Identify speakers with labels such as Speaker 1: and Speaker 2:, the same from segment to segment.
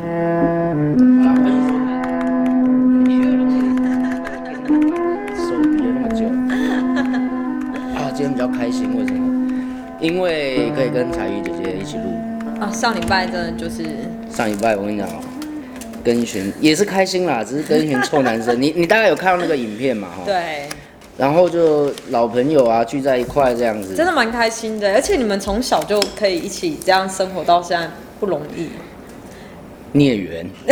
Speaker 1: 咱们一说看，你越手别那么久。啊，今天比较开心，为什么？因为可以跟彩玉姐姐一起录。
Speaker 2: 啊，上礼拜真的就是
Speaker 1: 上礼拜我跟你讲哦，跟一群也是开心啦，只是跟一群臭男生。你你 大概有看到那个影片嘛？哈。。
Speaker 2: 对，
Speaker 1: 然后就老朋友啊聚在一块这样子。
Speaker 2: 真的蛮开心的。而且你们从小就可以一起这样生活到现在不容易。
Speaker 1: 孽缘。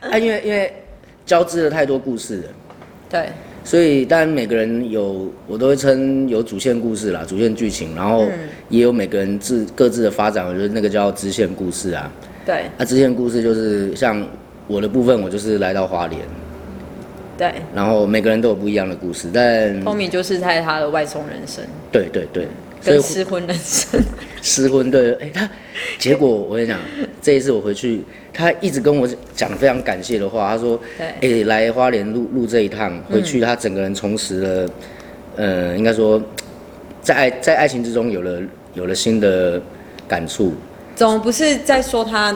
Speaker 1: 啊，因为因为交织了太多故事了，
Speaker 2: 对，
Speaker 1: 所以当然每个人有，我都会称有主线故事啦，主线剧情，然后也有每个人自各自的发展，我觉得那个叫支线故事啊。
Speaker 2: 对，
Speaker 1: 啊，支线故事就是像我的部分，我就是来到花莲，
Speaker 2: 对。
Speaker 1: 然后每个人都有不一样的故事，但
Speaker 2: 后面就是在他的外送人生
Speaker 1: 对对对，所
Speaker 2: 跟
Speaker 1: 以
Speaker 2: 失婚人 生，
Speaker 1: 失婚对，哎、他结果我跟你讲，这一次我回去，他一直跟我讲非常感谢的话，他说，
Speaker 2: 对
Speaker 1: 哎、来花莲录录这一趟，回去他整个人重拾了，呃，应该说，在爱在爱情之中有了有了新的感触，
Speaker 2: 总不是在说他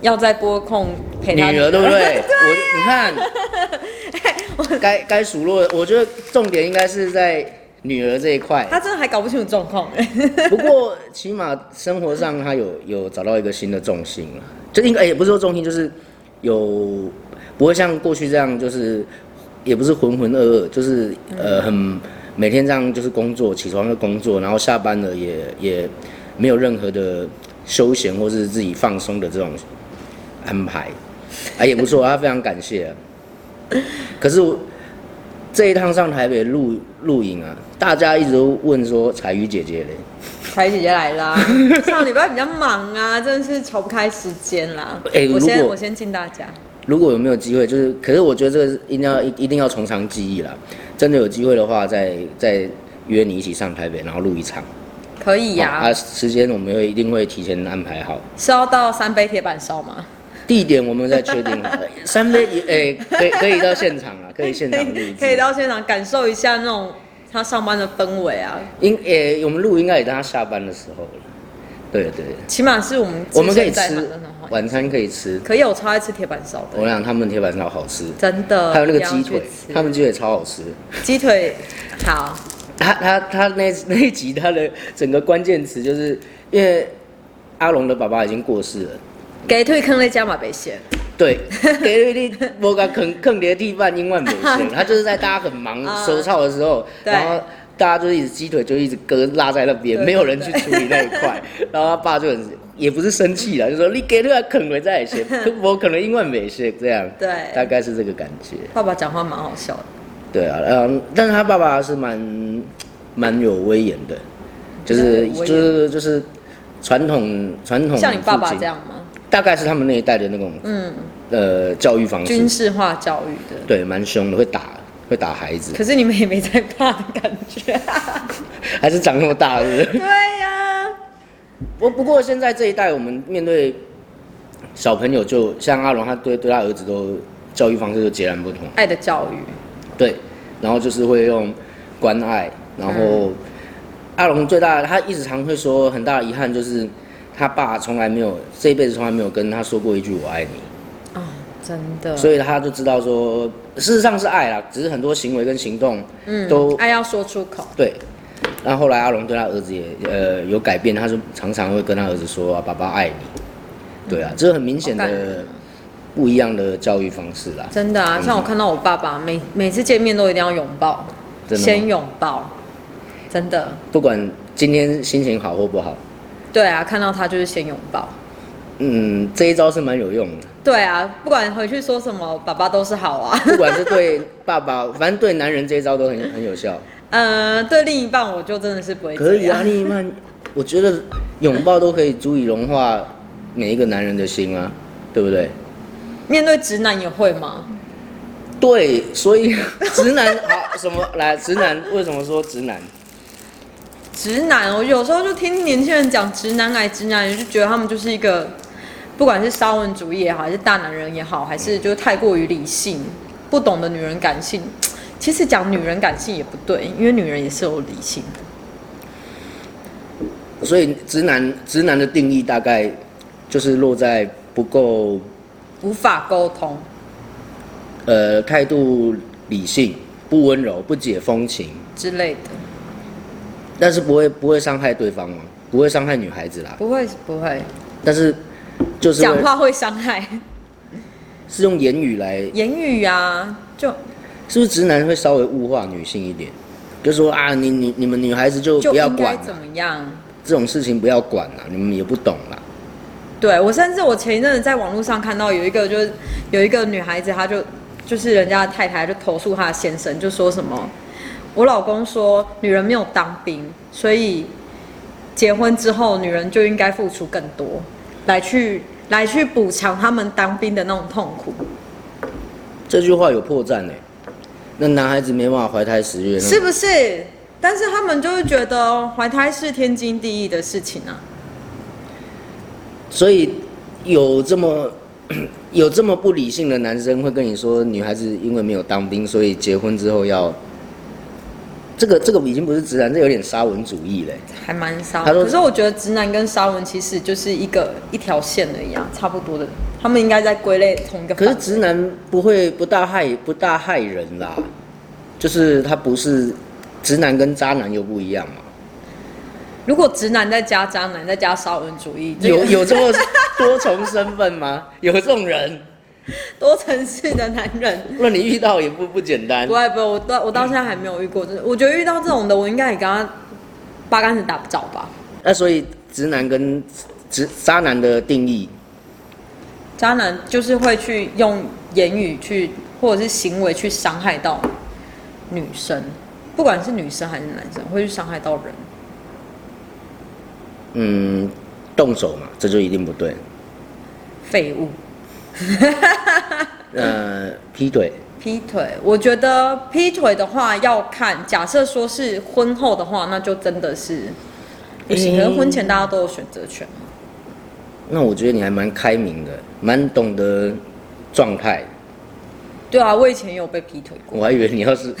Speaker 2: 要在播控陪他
Speaker 1: 女儿对不对？我你看，该该数落，我觉得重点应该是在女儿这一块，
Speaker 2: 他真的还搞不清楚状况、 哎
Speaker 1: 不过起码生活上他有有找到一个新的重心了，就应该、哎也不是说重心，就是有不会像过去这样，就是也不是浑浑噩噩，就是呃很每天这样就是工作，起床就工作，然后下班了也也没有任何的休闲或是自己放松的这种安排，啊也不错，他非常感谢、啊可是我这一趟上台北录录影啊，大家一直都问说彩鱼姐姐嘞。
Speaker 2: 彩姐姐来啦， 上礼拜比较忙啊，真的是瞧不开时间啦。
Speaker 1: 哎
Speaker 2: 我先
Speaker 1: 如果
Speaker 2: 我先敬大家，
Speaker 1: 如果有没有机会，就是，可是我觉得这个是一定要一一定要从长计议啦。真的有机会的话，再再约你一起上台北，然后录一场。
Speaker 2: 可以呀、
Speaker 1: 啊，时间我们会一定会提前安排好，
Speaker 2: 是要到三杯铁板烧吗？
Speaker 1: 地点我们再确 定好。三杯也，诶、可以可以到现场啊，可以现场录一次。
Speaker 2: 可以到现场感受一下那种他上班的氛围啊，
Speaker 1: 应诶、我们录应该也到他下班的时候了。对对对，
Speaker 2: 起码是我们
Speaker 1: 我们可以
Speaker 2: 自身在
Speaker 1: 吃
Speaker 2: 行的那种环
Speaker 1: 晚餐，可以吃。
Speaker 2: 可以，我超爱吃铁板烧的，
Speaker 1: 我想他们铁板烧好吃，
Speaker 2: 真的。
Speaker 1: 还有那个
Speaker 2: 一定
Speaker 1: 鸡
Speaker 2: 呃要去
Speaker 1: 腿，
Speaker 2: 吃
Speaker 1: 他们鸡腿超好吃。
Speaker 2: 鸡腿好，
Speaker 1: 他他他那那一集他的整个关键词就是因为阿龙的爸爸已经过世了，
Speaker 2: 给退坑在加马北线，
Speaker 1: 对，给你我敢坑坑你的地板英万美仙，他就是在大家很忙
Speaker 2: 啊
Speaker 1: 收操的时候，
Speaker 2: 对
Speaker 1: 然后大家就一直鸡腿就一直割落在那边，
Speaker 2: 对
Speaker 1: 没有人去处理那一块，然后他爸就很也不是生气了，就说你给他坑回在 先，我可能英万美仙这样，
Speaker 2: 对
Speaker 1: 大概是这个感觉。
Speaker 2: 爸爸讲话蛮好笑的，
Speaker 1: 对啊，嗯，但是他爸爸是蛮蛮有威严的，就是
Speaker 2: 蛮有威严
Speaker 1: 就是就是传统传统
Speaker 2: 像你爸爸
Speaker 1: 父亲
Speaker 2: 这，样吗？
Speaker 1: 大概是他们那一代的那种
Speaker 2: 嗯，
Speaker 1: 呃教育方
Speaker 2: 军
Speaker 1: 式，
Speaker 2: 事化教育的。
Speaker 1: 对，蛮凶的，会打会打孩子，
Speaker 2: 可是你们也没在怕的感 觉、
Speaker 1: 还是长那么大是不是？
Speaker 2: 对呀、
Speaker 1: 不不过现在这一代，我们面对小朋友就，像阿龙，他对对他儿子都教育方式就截然不同，
Speaker 2: 爱的教育，
Speaker 1: 对，然后就是会用关爱，然后、
Speaker 2: 嗯
Speaker 1: 阿龙最大的他一直常会说很大的遗憾就是他爸从来没有这一辈子从来没有跟他说过一句我爱你，
Speaker 2: 啊、真的。
Speaker 1: 所以他就知道说事实上是爱啦，只是很多行为跟行动都、
Speaker 2: 嗯爱要说出口，
Speaker 1: 对。然后后来阿龙对他儿子也呃有改变，他就常常会跟他儿子说、啊、爸爸爱你，对啊，这是很明显
Speaker 2: 嗯好感人
Speaker 1: 的
Speaker 2: 啊
Speaker 1: 不一样的教育方式啦，
Speaker 2: 真的啊！像我看到我爸爸，每每次见面都一定要拥抱，
Speaker 1: 真的吗
Speaker 2: 先拥抱，真的。
Speaker 1: 不管今天心情好或不好，
Speaker 2: 对啊，看到他就是先拥抱。
Speaker 1: 嗯，这一招是蛮有用的。
Speaker 2: 对啊，不管回去说什么，爸爸都是好啊。
Speaker 1: 不管是对爸爸，反正对男人这一招都很很有效。
Speaker 2: 呃，对另一半，我就真的是不会
Speaker 1: 可
Speaker 2: 这
Speaker 1: 以
Speaker 2: 样。
Speaker 1: 啊，另一半，我觉得拥抱都可以足以融化每一个男人的心啊，对不对？
Speaker 2: 面对直男也会吗？
Speaker 1: 对，所以直男好什么来？直男为什么说直男？
Speaker 2: 直男，我有时候就听年轻人讲直男癌、直男癌，就觉得他们就是一个，不管是沙文主义也好，还是大男人也好，还是就太过于理性，不懂得女人感性。其实讲女人感性也不对，因为女人也是有理性的。
Speaker 1: 所以直男直男的定义大概就是落在不够
Speaker 2: 无法沟通，
Speaker 1: 呃态度理性、不温柔、不解风情，
Speaker 2: 之类的，
Speaker 1: 但是不会不会伤害对方吗？不会伤害女孩子啦，
Speaker 2: 不会不会，
Speaker 1: 但是就是
Speaker 2: 讲
Speaker 1: 会
Speaker 2: 话会伤害
Speaker 1: 是用言语来，
Speaker 2: 言语啊，就是
Speaker 1: 不是直男会稍微物化女性一点？就说啊，你你你们女孩子就
Speaker 2: 就
Speaker 1: 不要
Speaker 2: 应该
Speaker 1: 管
Speaker 2: 怎
Speaker 1: 啦，
Speaker 2: 么样？
Speaker 1: 这种事情不要管啦，你们也不懂啊啦。
Speaker 2: 对我甚至我前一阵子在网络上看到有一个就是有一个女孩子，她就就是人家的太太就投诉她的先生，就说什么我老公说女人没有当兵，所以结婚之后女人就应该付出更多，来去来去补偿他们当兵的那种痛苦，
Speaker 1: 嗯这句话有破绽哎、那男孩子没办法怀胎十月，那
Speaker 2: 是不是？但是他们就会觉得哦怀胎是天经地义的事情啊，
Speaker 1: 所以有这么 有这么不理性的男生会跟你说，女孩子因为没有当兵，所以结婚之后要。这个这个已经不是直男，这有点沙文主义嘞、
Speaker 2: 还蛮骚。
Speaker 1: 他说
Speaker 2: 可是我觉得直男跟沙文其实就是一个一条线而已啊，差不多的，他们应该在归类同一个
Speaker 1: 可
Speaker 2: 范
Speaker 1: 是
Speaker 2: 围。
Speaker 1: 直男不会不大害不大害人啦，就是他不是直男跟渣男又不一样嘛。
Speaker 2: 如果直男再加渣男再加沙文主义，这个
Speaker 1: 有有这么多重身份吗？有这种人，
Speaker 2: 多层次的男 人。
Speaker 1: 那你遇到也不不简单
Speaker 2: 不。会不会，我到我到现在还没有遇过，就是我觉得遇到这种的，我应该也跟他八竿子打不着吧。
Speaker 1: 那所以直男跟直渣男的定义，
Speaker 2: 渣男就是会去用言语去或者是行为去伤害到女生，不管是女生还是男生，会去伤害到人。
Speaker 1: 嗯，动手嘛，这就一定不对。
Speaker 2: 废物，
Speaker 1: 呃，劈腿，
Speaker 2: 劈腿，我觉得劈腿的话要看，假设说是婚后的话，那就真的是不
Speaker 1: 嗯
Speaker 2: 行。可是婚前大家都有选择权，
Speaker 1: 那我觉得你还蛮开明的，蛮懂得状态。
Speaker 2: 对啊，我以前也有被劈腿过。
Speaker 1: 我还以为你要 是，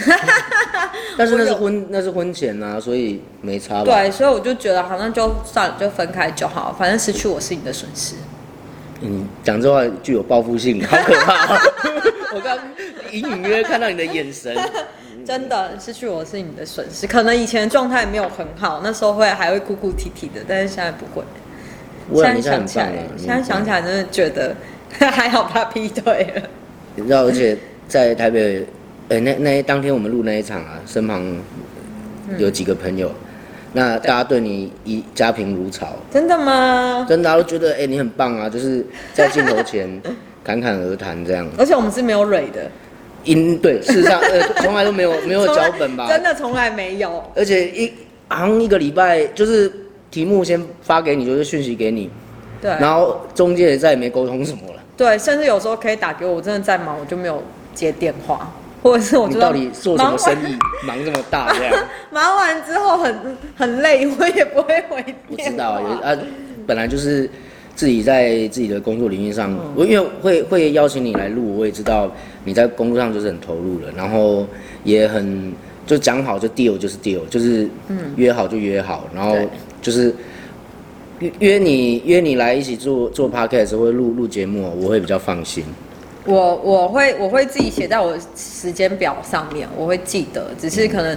Speaker 1: 但是那是
Speaker 2: 我有
Speaker 1: 婚那是婚前啊，所以没差吧？
Speaker 2: 对，所以我就觉得好像就算了，就分开就好，反正失去我是你的损失。
Speaker 1: 嗯，讲这话具有报复性，好可怕、 我刚隐隐约约看到你的眼神，
Speaker 2: 真的失去我是你的损失，可能以前的状态没有很好，那时候会还会哭哭啼啼的，但是现在不会。
Speaker 1: 不然你
Speaker 2: 现在想
Speaker 1: 很
Speaker 2: 起
Speaker 1: 棒
Speaker 2: 来
Speaker 1: 啊，！
Speaker 2: 现在想起来真的觉得 还好他劈腿了。
Speaker 1: 你知道，而且在台北，呃、那那当天我们录那一场啊，身旁
Speaker 2: 嗯
Speaker 1: 有几个朋友，那大家对你一家评如潮，
Speaker 2: 真的吗？
Speaker 1: 真的大家都觉得哎、你很棒啊，就是在镜头前 侃侃而谈这样。
Speaker 2: 而且我们是没有蕊的，
Speaker 1: 因对，事实上呃从来都没有没有脚本吧
Speaker 2: 从来，真的从来没有。
Speaker 1: 而且一好像一个礼拜就是题目先发给你，就是讯息给你，
Speaker 2: 对
Speaker 1: 然后中间也再也没沟通什么了。
Speaker 2: 对，甚至有时候可以打给我，我真的在忙，我就没有接电话，或者是我
Speaker 1: 你
Speaker 2: 知
Speaker 1: 到
Speaker 2: 道
Speaker 1: 底做什么生意
Speaker 2: 忙完，
Speaker 1: 忙这么大 这样？
Speaker 2: 忙完之后很很累，我也不会回
Speaker 1: 我
Speaker 2: 电话。
Speaker 1: 知道啊，有啊，本来就是自己在自己的工作领域上，
Speaker 2: 嗯
Speaker 1: 我因为会会邀请你来录，我也知道你在工作上就是很投入了，然后也很就讲好就 deal 就是 deal，就是约好就约好，然后
Speaker 2: 嗯对
Speaker 1: 就是。约约你约你来一起做做 podcast 或者录录节目，我会比较放心。
Speaker 2: 我我会我会自己写在我时间表上面，我会记得，只
Speaker 1: 嗯
Speaker 2: 是可能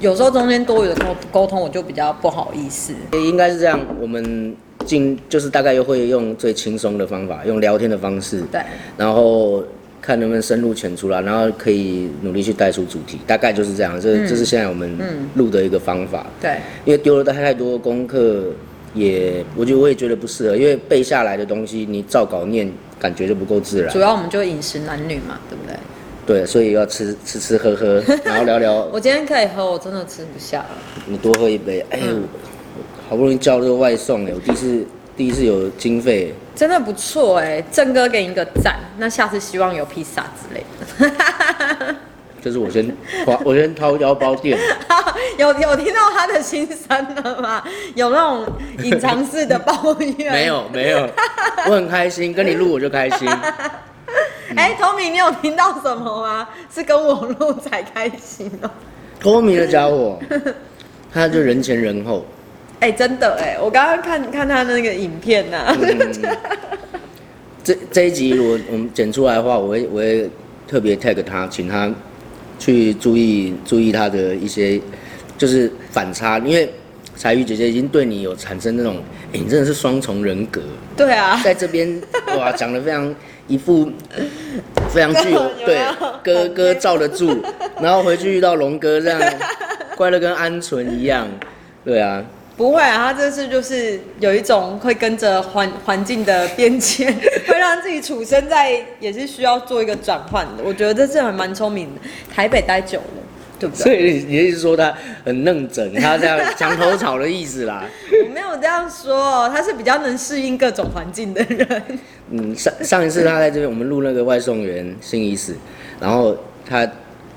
Speaker 2: 有时候中间多余的沟沟通，我就比较不好意思。
Speaker 1: 也应该是这样，我们尽就是大概又会用最轻松的方法，用聊天的方式，
Speaker 2: 对，
Speaker 1: 然后看能不能深入浅出啦，然后可以努力去带出主题，大概就是这样。这、这是现在我们录的一个方法，
Speaker 2: 对，
Speaker 1: 因为丢了太太多功课，也嗯我觉得我也觉得不适合，因为背下来的东西你照稿念，感觉就不够自然
Speaker 2: 主。要我们就饮食男女嘛，对不对？
Speaker 1: 对，所以要吃吃吃喝喝，然后聊聊。
Speaker 2: 我今天可以喝，我真的吃不下了。
Speaker 1: 你多喝一杯，哎呦，我我好不容易叫这个外送哎、我第一次第一次有经费。
Speaker 2: 真的不错哎、郑哥给你一个赞。那下次希望有披萨之类的。
Speaker 1: 就是我先花，我先掏腰包垫。
Speaker 2: 有有听到他的心声了吗？ 有那种隐藏式的抱怨？
Speaker 1: 没。有没有，我很开心，跟你录我就开心。
Speaker 2: 哎、t o m m y 你有听到什么吗？是跟我录才开心哦、
Speaker 1: 脱敏的家伙，他就人前人后，
Speaker 2: 哎、真的哎、我刚刚看看他那个影片啊呐、
Speaker 1: 这这一集如果我们剪出来的话，我会我会特别 tag 他，请他去注意注意他的一些就是反差，因为彩玉姐姐已经对你有产生那种，哎、你真的是双重人格，
Speaker 2: 对 啊，
Speaker 1: 在这边哇讲的非常一副非常具有
Speaker 2: 有没有
Speaker 1: 对
Speaker 2: 很
Speaker 1: 哥哥罩得 住，然后回去遇到龙哥这样乖的跟鹌鹑一样，对啊，
Speaker 2: 不会啊，他这次就是有一种会跟着环环境的变迁， 会让自己处身在也是需要做一个转换的。我觉得这次还蛮聪明的，台北待久了，对不对？
Speaker 1: 所以你的意思说他很认真，他这样墙头草的意思 啦。
Speaker 2: 我没有这样说哦，他是比较能适应各种环境的人。
Speaker 1: 嗯，上上一次他在这边，我们录那个外送员新仪式，然后他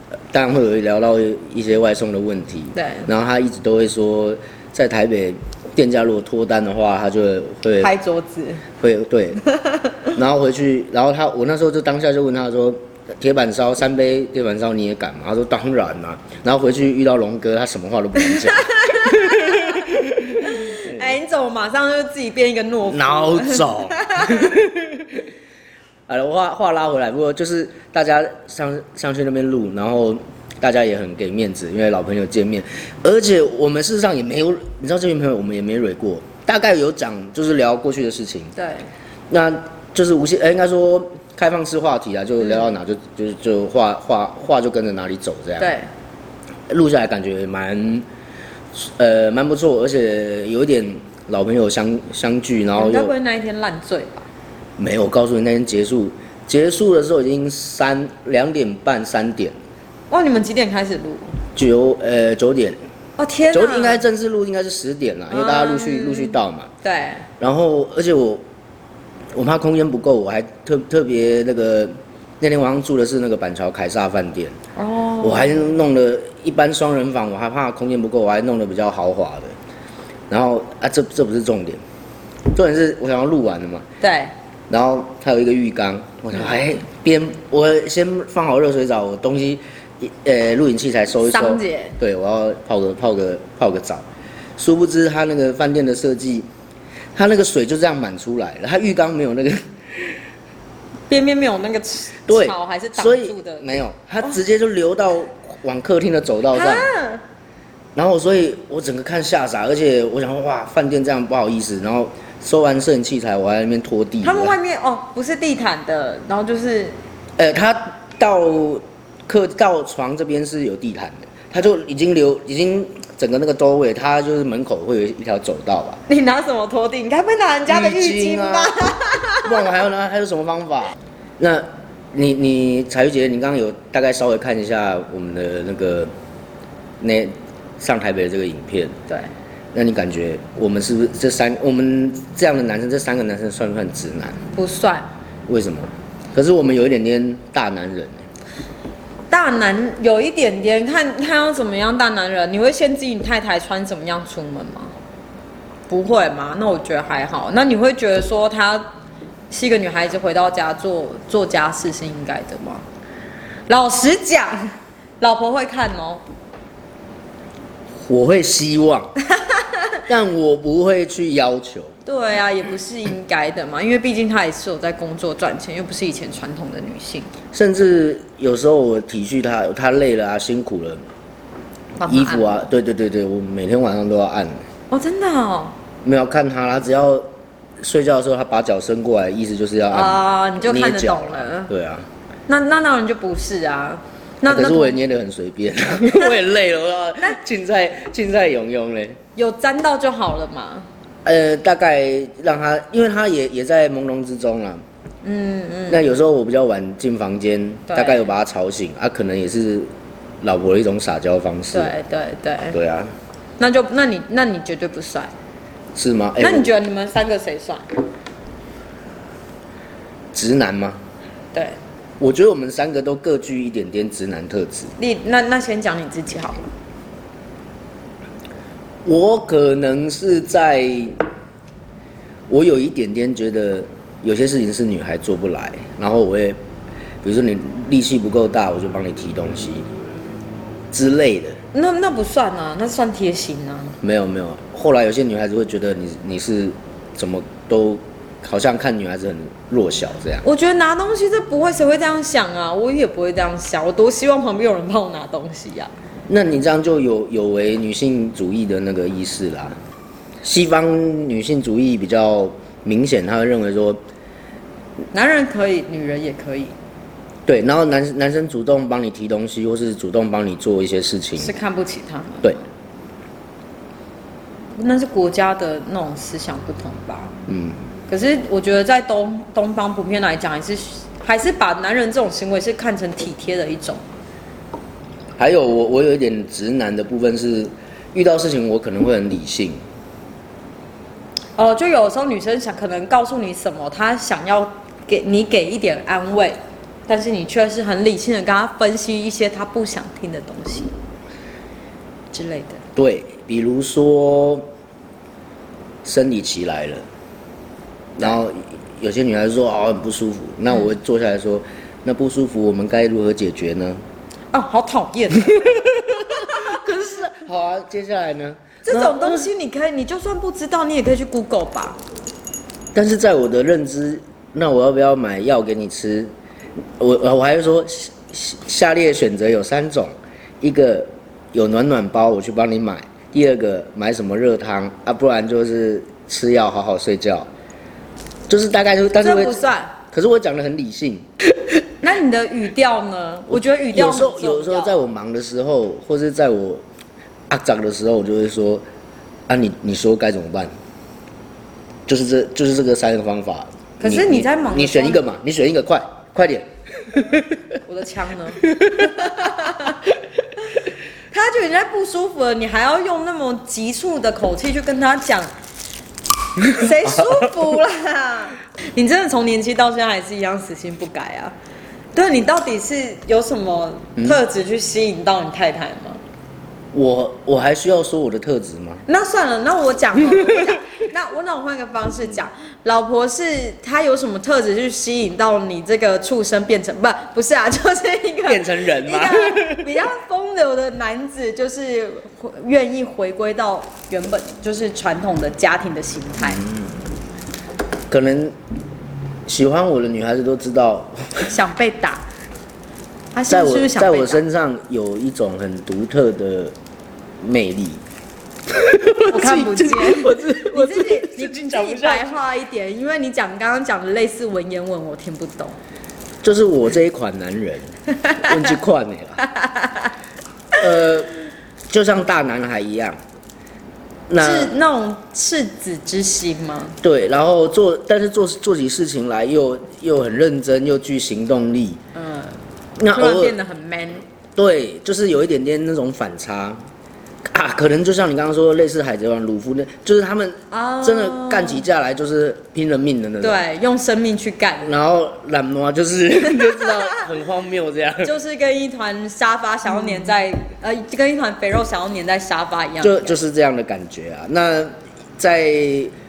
Speaker 1: 呃当然会有聊到一些外送的问题，
Speaker 2: 对
Speaker 1: 然后他一直都会说，在台北店家如果脱单的话，他就会
Speaker 2: 拍桌子，
Speaker 1: 会对， 然后回去，然后他我那时候就当下就问他说，铁板烧三杯铁板烧你也敢吗？他说当然啦、然后回去遇到龙哥，他什么话都不能讲，
Speaker 2: 哎，你怎么马上就自己变一个懦夫？
Speaker 1: 孬种。好了，话话拉回来，不过就是大家上上去那边录，然后大家也很给面子，因为老朋友见面，而且我们事实上也没有，你知道这群朋友我们也没蕊过，大概有讲就是聊过去的事情，
Speaker 2: 对，
Speaker 1: 那就是无限，呃应该说开放式话题啊，就聊到哪就、就就话话话就跟着哪里走这样。
Speaker 2: 对，
Speaker 1: 录下来感觉蛮，呃，蛮不错，而且有一点老朋友相相聚，然后
Speaker 2: 你该
Speaker 1: 又
Speaker 2: 不会那一天烂醉吧？
Speaker 1: 没有，我告诉你那天结束，结束的时候已经三两点半三点，
Speaker 2: 哇，你们几点开始录？
Speaker 1: 九呃九点，
Speaker 2: 哦天
Speaker 1: 九
Speaker 2: 哪，嗯
Speaker 1: 点应该正式录应该是十点啦，因为大家陆续、陆续到嘛。
Speaker 2: 对，
Speaker 1: 然后而且我我怕空间不够，我还特特别那个那天晚上住的是那个板桥凯撒饭店，
Speaker 2: 哦，
Speaker 1: 我还弄了一般双人房，我还怕空间不够，我还弄得比较豪华的。然后啊，这这不是重点，重点是我想要录完了嘛。
Speaker 2: 对，
Speaker 1: 然后它有一个浴缸，我想哎，边我先放好热水澡，我东西，呃，录影器材收一收
Speaker 2: 桑姐，
Speaker 1: 对，我要泡个泡个泡个澡。殊不知它那个饭店的设计，它那个水就这样满出来了，它浴缸没有那 个
Speaker 2: 边边没有那个
Speaker 1: 对
Speaker 2: 草还是，挡
Speaker 1: 所以
Speaker 2: 住的，
Speaker 1: 没有，它直接就流到往客厅的走道上。
Speaker 2: 啊，
Speaker 1: 然后，所以我整个看吓傻，而且我想说，哇，饭店这样不好意思。然后收完摄影器材，我还在那边拖地。啊
Speaker 2: 他们外面哦不是地毯的，然后就是
Speaker 1: 呃，他到客到床这边是有地毯的，他就已经留，已经整个那个周围，他就是门口会有一条走道啊吧。
Speaker 2: 你拿什么拖地？你该不会拿人家的浴巾吧？
Speaker 1: 啊，不然我还要拿，还有什么方法？那你你彩玉姐，你刚刚有大概稍微看一下我们的那个那上台北的这个影片，
Speaker 2: 对，
Speaker 1: 那你感觉我们是不是这三我们这样的男生，这三个男生算不算直男？
Speaker 2: 不算。
Speaker 1: 为什么？可是我们有一点点大男人、
Speaker 2: 大男有一点点看看要怎么样大男人，你会限制你太太穿怎么样出门吗？不会吗？那我觉得还好。那你会觉得说她是一个女孩子回到家做做家事是应该的吗？老实讲，老婆会看哦。
Speaker 1: 我会希 望，但我不会去要求。
Speaker 2: 对啊，也不是应该的嘛，因为毕竟她也是有在工作赚钱，又不是以前传统的女性。
Speaker 1: 甚至有时候我体恤他，他累了啊，辛苦了，
Speaker 2: 帮她
Speaker 1: 衣服
Speaker 2: 按
Speaker 1: 啊，对对对对，我每天晚上都要按。
Speaker 2: 摩哦，真的哦
Speaker 1: 没有看他啦，只要睡觉的时候他把脚伸过来，意思就是要按
Speaker 2: 啊、你就看
Speaker 1: 捏
Speaker 2: 得
Speaker 1: 脚
Speaker 2: 懂了。
Speaker 1: 对啊，
Speaker 2: 那那当然就不是啊。那
Speaker 1: 哎可
Speaker 2: 那
Speaker 1: 是我也捏得很随 便，我也累了，我要竞赛竞赛泳泳嘞。
Speaker 2: 有沾到就好了嘛。
Speaker 1: 呃，大概让他，因为他也也在朦胧之中啦。嗯嗯。那有时候我比较晚进房间，
Speaker 2: 对
Speaker 1: 大概有把他吵醒啊，可能也是老婆的一种撒娇方式。
Speaker 2: 对对对，
Speaker 1: 对啊，
Speaker 2: 那就那你那你绝对不算。
Speaker 1: 是吗？哎
Speaker 2: 那你
Speaker 1: 我
Speaker 2: 觉得你们三个谁算？
Speaker 1: 直男吗？
Speaker 2: 对，
Speaker 1: 我觉得我们三个都各具一点点直男特质。
Speaker 2: 你那那先讲你自己好了。
Speaker 1: 我可能是在，我有一点点觉得有些事情是女孩做不来，然后我会，比如说你力气不够大，我就帮你提东西之类的。
Speaker 2: 那那不算啊，那算贴心啊。
Speaker 1: 没有没有，后来有些女孩子会觉得你你是怎么都好像看女孩子很弱小这样。
Speaker 2: 我觉得拿东西这不会，谁会这样想啊？我也不会这样想，我多希望旁边有人帮我拿东西啊呀、
Speaker 1: 那你这样就有有违女性主义的那个意识啦。西方女性主义比较明显，他会认为说，
Speaker 2: 男人可以，女人也可以，
Speaker 1: 对，然后男男生主动帮你提东西，或是主动帮你做一些事情，
Speaker 2: 是看不起他们。
Speaker 1: 对，
Speaker 2: 那是国家的那种思想不同吧。
Speaker 1: 嗯，
Speaker 2: 可是我觉得在东东方普遍来讲，还是还是把男人这种行为是看成体贴的一种。
Speaker 1: 还有我我有一点直男的部分是，遇到事情我可能会很理性，
Speaker 2: 哦，就有时候女生想可能告诉你什么，她想要给你给一点安慰，但是你却是很理性的跟她分析一些她不想听的东西之类的。
Speaker 1: 对，比如说生理期来了，然后有些女孩子说哦很不舒服，那我会坐下来说，那不舒服我们该如何解决呢？
Speaker 2: 啊， 好讨厌！
Speaker 1: 好啊，接下来呢？
Speaker 2: 这种东西你可以，你就算不知道，你也可以去 Google 吧。
Speaker 1: 但是在我的认知，那我要不要买药给你吃？我呃我还是说，下下列选择有三种，一个有暖暖包，我去帮你买；第二个买什么热汤啊，不然就是吃药好好睡觉，就是大概就是，但是
Speaker 2: 这不
Speaker 1: 我
Speaker 2: 算。
Speaker 1: 可是我讲的很理性，
Speaker 2: 那你的语调呢？我觉得语调
Speaker 1: 有时候
Speaker 2: 很重要
Speaker 1: 有时候在我忙的时候，或是在我阿长的时候，我就会说啊你你说该怎么办？就是这就是这个三个方法。
Speaker 2: 可是你在忙的
Speaker 1: 你选一个嘛，你选一个，快快点。
Speaker 2: 我的枪呢？ 他就已经在不舒服了，你还要用那么急促的口气去跟他讲，谁舒服啦？ 你真的从年轻到现在还是一样死性不改啊？对你到底是有什么特质去吸引到你太太吗？
Speaker 1: 我我还需要说我的特质吗？
Speaker 2: 那算了，那我讲好了，我讲那我那我换个方式讲，老婆是她有什么特质去吸引到你这个畜生变成不不是啊，就是一个
Speaker 1: 变成人吗
Speaker 2: 一个比较风流的男子，就是回愿意回归到原本就是传统的家庭的形态，
Speaker 1: 嗯可能喜欢我的女孩子都知道，
Speaker 2: 想被打。他现
Speaker 1: 在
Speaker 2: 在是不
Speaker 1: 我
Speaker 2: 是想被
Speaker 1: 在
Speaker 2: 打？
Speaker 1: 我身上有一种很独特的魅力。
Speaker 2: 我看不 见。
Speaker 1: 我自
Speaker 2: 你自己你自
Speaker 1: 讲
Speaker 2: 己
Speaker 1: 不下
Speaker 2: 白话一点，因为你讲刚刚讲的类似文言文，我听不懂。
Speaker 1: 就是我这一款男 人，问句款你了。呃，就像大男孩一样，那
Speaker 2: 是那种赤子之心吗？
Speaker 1: 对，然后做，但是做做起事情来又又很认真，又具行动力。
Speaker 2: 嗯，
Speaker 1: 那
Speaker 2: 突然
Speaker 1: 偶尔
Speaker 2: 变得很 man。
Speaker 1: 对，就是有一点点那种反差啊，可能就像你刚刚说，类似海贼王鲁夫那，就是他们
Speaker 2: 哦
Speaker 1: 真的干起架来就是拼了命的那种。。
Speaker 2: 对，用生命去干，
Speaker 1: 然后懒惰啊就是 就知道很荒谬这样，
Speaker 2: 就是跟一团沙发想要 粘在，呃，跟一团肥肉想要粘在沙发一样。
Speaker 1: 就就是这样的感觉啊。那在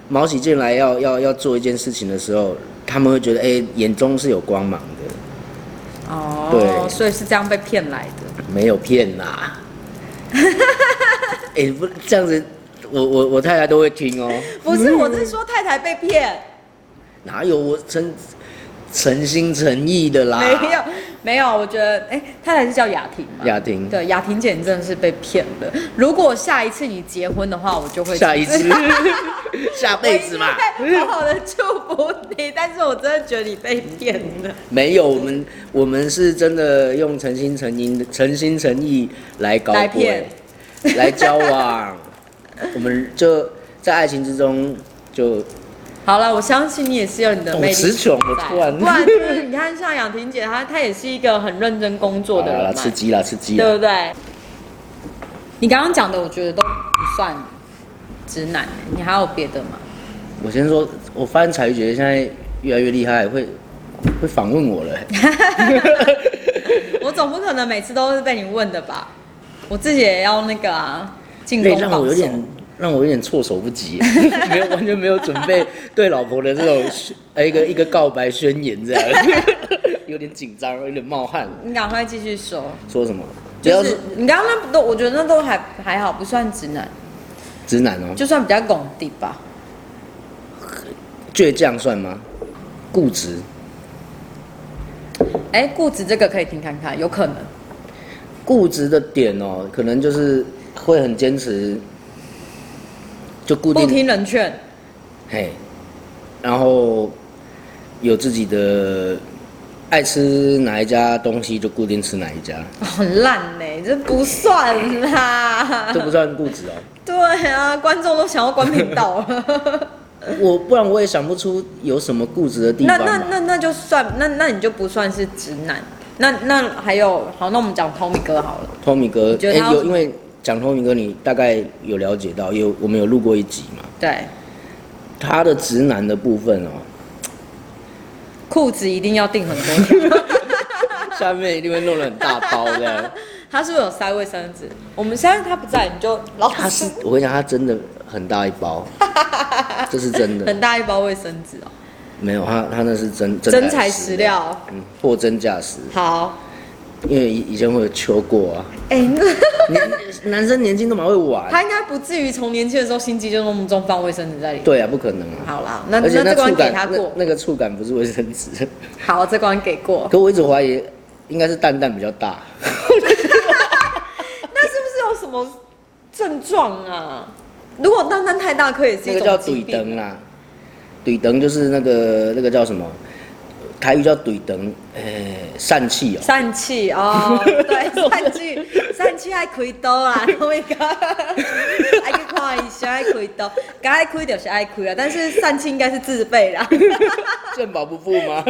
Speaker 1: 毛起进来要要要做一件事情的时候，他们会觉得哎、眼中是有光芒的，
Speaker 2: 哦，
Speaker 1: 对
Speaker 2: 所以是这样被骗来的。
Speaker 1: 没有骗呐。 哎、不这样子，我我我太太都会听哦。
Speaker 2: 不是，我是说太太被骗，
Speaker 1: 哪有我诚诚心诚意的啦？
Speaker 2: 没有，没有。我觉得，哎，太太是叫雅婷吗？
Speaker 1: 雅婷
Speaker 2: 对，雅婷姐你真的是被骗了。如果下一次你结婚的话， 我就会
Speaker 1: 下一次，下辈子嘛，
Speaker 2: 我一定会好好的祝福你，但是我真的觉得你被骗了。
Speaker 1: 没有我们，我们是真的用诚心诚意、诚心诚意来搞
Speaker 2: 来
Speaker 1: 鬼
Speaker 2: 骗，
Speaker 1: 来交往，我们就在爱情之中就
Speaker 2: 好了，我相信你也是有你的
Speaker 1: 哦我
Speaker 2: 魅力所
Speaker 1: 词
Speaker 2: 在。
Speaker 1: 穷，我突然
Speaker 2: 不然就是你看，像雅婷姐她，她也是一个很认真工 作
Speaker 1: 好
Speaker 2: 的人
Speaker 1: 啦，
Speaker 2: 嘛，
Speaker 1: 吃鸡啦，吃鸡
Speaker 2: 对
Speaker 1: 啦，
Speaker 2: 不对？你刚刚讲的，我觉得都不算直男，你还有别的吗？
Speaker 1: 我先说，我发现彩玉姐姐现在越来越厉害，会会访问我了、
Speaker 2: 我总不可能每次都是被你问的吧？我自己也要那个啊，进
Speaker 1: 对，
Speaker 2: 攻
Speaker 1: 让
Speaker 2: 榜
Speaker 1: 我有
Speaker 2: 首
Speaker 1: 点让我有点措手不 及，没有完全没有准备对老婆的这种宣呃一个一个告白 宣言这样，有点紧张，有点冒汗。
Speaker 2: 你赶快继续说。
Speaker 1: 说什么？只要
Speaker 2: 就是是你刚刚那都，我觉得那都还还好，不算直男，
Speaker 1: 直男哦，
Speaker 2: 就算比较拱地吧。
Speaker 1: 倔强算吗？固执，
Speaker 2: 哎、固执这个可以听看看，有可能。
Speaker 1: 固执的点哦，可能就是会很坚持，就固
Speaker 2: 不
Speaker 1: 定
Speaker 2: 听人劝，
Speaker 1: 嘿，然后有自己的爱吃哪一家东西就固定吃哪一家，
Speaker 2: 哦很烂呢、这不算啦。
Speaker 1: 这不算固执哦。
Speaker 2: 对啊，观众都想要关 频道了。
Speaker 1: 我不然我也想不出有什么固执的地
Speaker 2: 那
Speaker 1: 方啊
Speaker 2: 那
Speaker 1: 嘛。
Speaker 2: 那那就算，那那你就不算是直男。那那还有，好，那我们讲 Tommy 哥好了。
Speaker 1: Tommy 哥，哎
Speaker 2: 觉得他
Speaker 1: 有因为讲 Tommy 哥，你大概有了解到，有我们有录过一集嘛，
Speaker 2: 对，
Speaker 1: 他的直男的部分 哦，
Speaker 2: 裤子一定要订很 多条。
Speaker 1: 下面一定会弄得很大包这样。
Speaker 2: 他是不是有塞卫生纸？我们现在他不在，你就老
Speaker 1: 他
Speaker 2: 实
Speaker 1: 是，我跟你讲，他真的很大一包， 这是真的，
Speaker 2: 很大一包卫生纸哦，
Speaker 1: 没有他他那是真
Speaker 2: 真材实，料。
Speaker 1: 嗯，货真价实。
Speaker 2: 好，
Speaker 1: 因为以以前会有求过 啊，
Speaker 2: 哎、 那
Speaker 1: 你男生年轻都蛮会玩，
Speaker 2: 他应该不至于从年轻的时候心机就那么重，放卫生纸在里面。
Speaker 1: 对啊，不可能啊，
Speaker 2: 好啦，那
Speaker 1: 而且
Speaker 2: 那
Speaker 1: 那
Speaker 2: 这关
Speaker 1: 触
Speaker 2: 给
Speaker 1: 感
Speaker 2: 他
Speaker 1: 那
Speaker 2: 过，
Speaker 1: 那个触感不是卫生纸，
Speaker 2: 好，这关给过。
Speaker 1: 可我一直怀疑应该是蛋蛋比较大，
Speaker 2: 那是不是有什么症状啊？如果蛋蛋太大颗也是
Speaker 1: 那
Speaker 2: 一
Speaker 1: 个叫
Speaker 2: 种疾
Speaker 1: 怼
Speaker 2: 病。
Speaker 1: 灯啦，怼灯就是那个那个叫什么，台语叫怼灯，诶、疝气 哦，
Speaker 2: 疝气哦，对， 疝气，疝气爱开刀啊 啦，同一个，爱去看医生爱开刀，该爱开就是爱开啊，但是疝气应该是自费 啦，
Speaker 1: 健保不付吗？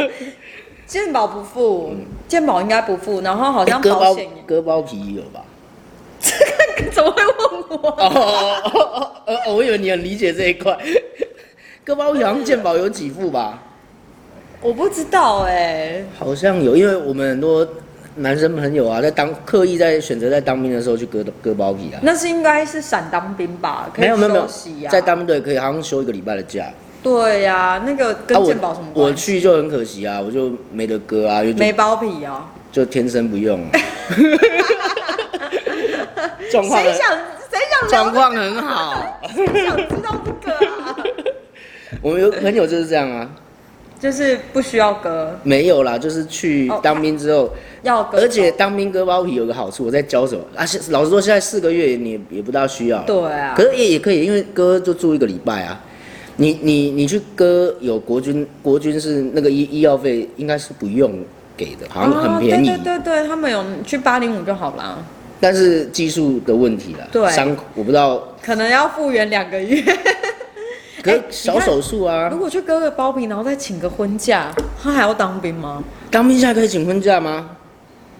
Speaker 2: 健保不付，健保应该不付，然后好
Speaker 1: 欸
Speaker 2: 像
Speaker 1: 割
Speaker 2: 保
Speaker 1: 包
Speaker 2: 险也，
Speaker 1: 割包皮有吧？
Speaker 2: 怎么会问我？
Speaker 1: 哦哦哦哦哦哦，我以为你很理解这一块，割包皮好像健保有几副吧？
Speaker 2: 我不知道哎、
Speaker 1: 好像有，因为我们很多男生朋友啊，在当刻意在选择在当兵的时候去割割包皮啊。
Speaker 2: 那是应该是闪当兵吧，可以
Speaker 1: 没有没有没有
Speaker 2: 休息，啊呀、
Speaker 1: 在当兵队可以好像休一个礼拜的假。
Speaker 2: 对呀、那个
Speaker 1: 啊
Speaker 2: 跟健保什么
Speaker 1: 我我
Speaker 2: 关系？
Speaker 1: 去就很可惜啊，我就没得割啊，因为
Speaker 2: 没包皮哦，
Speaker 1: 就就天生不用、啊。状况
Speaker 2: 谁
Speaker 1: 很
Speaker 2: 想谁想
Speaker 1: 状
Speaker 2: 聊
Speaker 1: 况很好，
Speaker 2: 谁想知道这个啊？
Speaker 1: 我们有朋友就是这样啊，
Speaker 2: 就是不需要割，
Speaker 1: 没有啦，就是去
Speaker 2: 哦
Speaker 1: 当兵之后，
Speaker 2: 要割，
Speaker 1: 而且当兵割包皮有个好处，我在教什么啊？现老实说，现在四个月你也也不大需要。
Speaker 2: 对啊
Speaker 1: 可，是也也可以，因为割就住一个礼拜啊。你你你去割有国军，国军是那个医医药费应该是不用给的，好像很便宜，
Speaker 2: 哦、对对对对，他们有去八零五就好啦，
Speaker 1: 但是技术的问题啦，
Speaker 2: 对哎
Speaker 1: 伤口我不知道，
Speaker 2: 可能要复原两个月。
Speaker 1: 可
Speaker 2: 哎
Speaker 1: 是小手术啊，
Speaker 2: 如果去割个包皮，然后再请个婚假，他还要当兵吗？
Speaker 1: 当兵现在可以请婚假吗？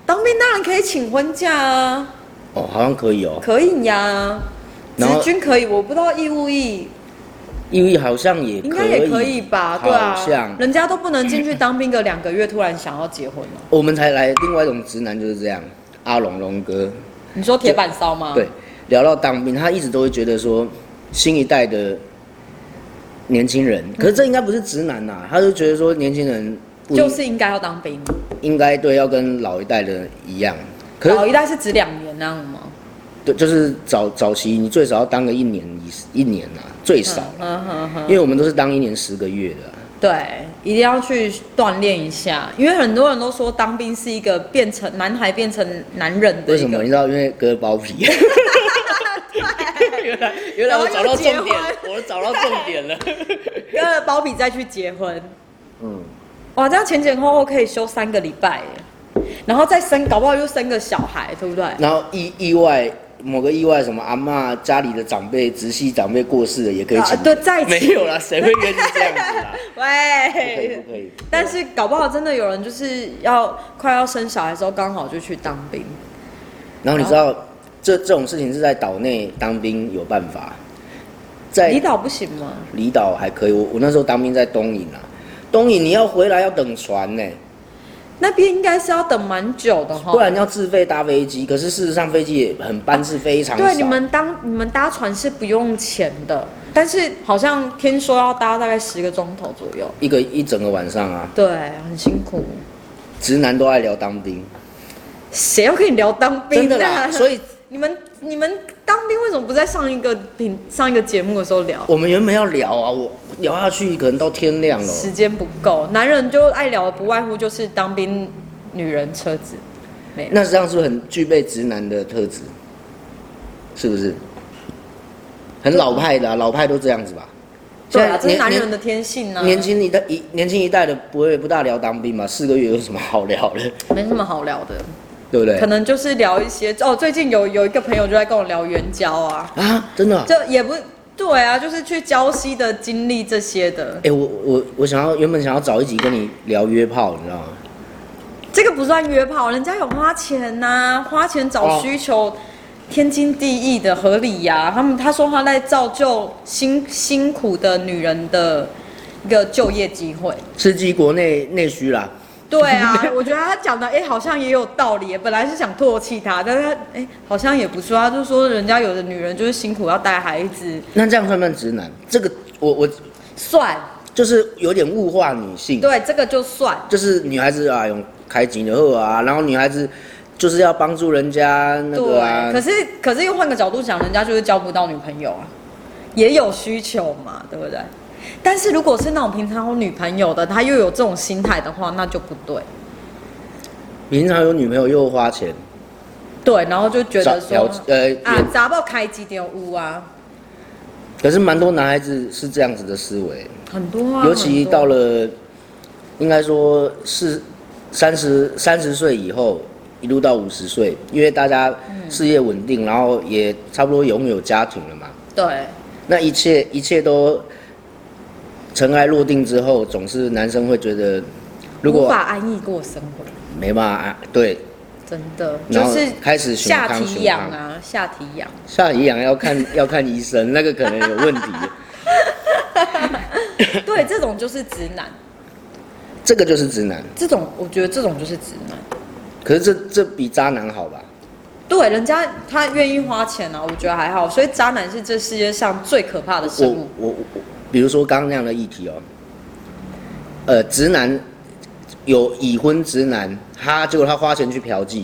Speaker 2: 当兵当然可以请婚假啊，
Speaker 1: 哦，好像可以哦，
Speaker 2: 可以呀。职
Speaker 1: 然后
Speaker 2: 军可以，我不知道义务役
Speaker 1: 因为好像也
Speaker 2: 应该也可以吧？对啊
Speaker 1: 好像，
Speaker 2: 人家都不能进去当兵个两个月，突然想要结婚了。
Speaker 1: 我们才来另外一种直男就是这样，阿龙龙哥，
Speaker 2: 你说铁板烧吗？
Speaker 1: 对，聊到当兵，他一直都会觉得说，新一代的年轻人，可是这应该不是直男呐、他就觉得说年轻人不应
Speaker 2: 就是应该要当兵。
Speaker 1: 应该对要跟老一代的一样，可
Speaker 2: 老
Speaker 1: 是
Speaker 2: 一代是指两年那样吗？
Speaker 1: 对就是早早期你最少要当个一年以一年呐、最少，
Speaker 2: 嗯哼哼，
Speaker 1: 因为我们都是当一年十个月的啊、
Speaker 2: 对，一定要去锻炼一下，因为很多人都说当兵是一个变成男孩变成男人嗯的
Speaker 1: 为
Speaker 2: 一
Speaker 1: 什么
Speaker 2: 个
Speaker 1: 你。知道？因为割包 皮。 原来原来我找到重
Speaker 2: 然后
Speaker 1: 点
Speaker 2: 又结，
Speaker 1: 我找到重点了。
Speaker 2: 割了包皮再去结婚，
Speaker 1: 嗯，
Speaker 2: 哇，这样前前后后可以休三个礼拜耶，然后再生，搞不好又生个小孩，对不对？
Speaker 1: 然后意意外某个意外，什么阿嬷家里的长辈、直系长辈过世了，也可以
Speaker 2: 啊
Speaker 1: 请。
Speaker 2: 对再请
Speaker 1: 没有啦，谁会愿意这样子 啦？不可以
Speaker 2: 喂
Speaker 1: 不，可以。
Speaker 2: 但是搞不好真的有人就是要快要生小孩的时候，刚好就去当兵，
Speaker 1: 然后你知道，这这种事情是在岛内当兵有办法，在
Speaker 2: 离岛不行吗？
Speaker 1: 离岛还可以。我我那时候当兵在东引啊，东引你要回来要等船呢、
Speaker 2: 那边应该是要等蛮久的哈
Speaker 1: 不。然要自费搭飞机。可是事实上飞机也很班次非常少。
Speaker 2: 对，你们当你们搭船是不用钱的，但是好像听说要搭大概十个钟头左右，
Speaker 1: 一个一整个晚上啊，
Speaker 2: 对，很辛苦。
Speaker 1: 直男都爱聊当兵，
Speaker 2: 谁要跟你聊当兵、啊、
Speaker 1: 真的啦，所以
Speaker 2: 你们你们当兵为什么不在上一个频上一个节目的时候聊？
Speaker 1: 我们原本要聊啊，我聊下去可能到天亮了。
Speaker 2: 时间不够，男人就爱聊的不外乎就是当兵、女人、车子，没了
Speaker 1: 那这样是不是很具备直男的特质？是不是？很老派的、啊，老派都这样子吧。
Speaker 2: 对啊，这
Speaker 1: 现
Speaker 2: 是
Speaker 1: 在
Speaker 2: 男
Speaker 1: 年
Speaker 2: 人的天性啊，
Speaker 1: 年年轻一代一年轻一代的不会不大聊当兵嘛，四个月有什么好聊的，
Speaker 2: 没什么好聊的，
Speaker 1: 对不对
Speaker 2: 可？能就是聊一些哦。最近有有一个朋友就在跟我聊援交啊，
Speaker 1: 啊，真的啊、
Speaker 2: 这也不对啊，就是去礁溪的经历这些的
Speaker 1: 哎、，我我我想要原本想要找一集跟你聊约炮，你知道吗？
Speaker 2: 这个不算约炮，人家有花钱呐、花钱找
Speaker 1: 哦
Speaker 2: 需求。天经地义的合理呀、他们他说他在造就辛辛苦的女人的一个就业机会，
Speaker 1: 刺激国内内需啦，
Speaker 2: 对 啊，我觉得他讲的哎、诶好像也有道理耶。本来是想唾弃他，但是他哎、诶好像也不是啊，他就说人家有的女人就是辛苦要带孩子，
Speaker 1: 那这样算不算直男？这个我我
Speaker 2: 算
Speaker 1: 嗯就是有点物化女性，
Speaker 2: 对这个就算。
Speaker 1: 就是女孩子啊用开金的后啊，然后女孩子就是要帮助人家那个啊
Speaker 2: 对，可，是可是又换个角度想，人家就是交不到女朋友啊，也有需求嘛，对不对？但是如果是那种平常有女朋友的，他又有这种心态的话，那就不对。
Speaker 1: 平常有女朋友又花钱，
Speaker 2: 对，然后就觉得
Speaker 1: 找
Speaker 2: 说
Speaker 1: 了呃
Speaker 2: 啊
Speaker 1: 也，
Speaker 2: 砸爆开几点屋啊，
Speaker 1: 可是蛮多男孩子是这样子的思维，
Speaker 2: 很多啊，
Speaker 1: 尤其
Speaker 2: 很多
Speaker 1: 到了应该说是三十三十岁以后，一路到五十岁，因为大家事业稳定，然后也差不多拥有家庭了嘛，
Speaker 2: 对
Speaker 1: 那一切一切都尘埃落定之后，总是男生会觉得，如
Speaker 2: 无
Speaker 1: 果
Speaker 2: 法安逸过生活。
Speaker 1: 没办法安对，
Speaker 2: 真的就
Speaker 1: 然后
Speaker 2: 是
Speaker 1: 开始胸
Speaker 2: 下
Speaker 1: 康
Speaker 2: 体
Speaker 1: 胸
Speaker 2: 痒
Speaker 1: 康，
Speaker 2: 啊，下体痒。
Speaker 1: 下体痒要看 要看医生，那个可能有问题。
Speaker 2: 对，这种就是直男，
Speaker 1: 这个就是直男，
Speaker 2: 这种我觉得这种就是直男。
Speaker 1: 可是这这比渣男好吧？
Speaker 2: 对，人家他愿意花钱啊，我觉得还好。所以渣男是这世界上最可怕的
Speaker 1: 我
Speaker 2: 生物。
Speaker 1: 我我，比如说刚刚那样的议题哦，呃，直男有已婚直男，他结果他花钱去嫖妓，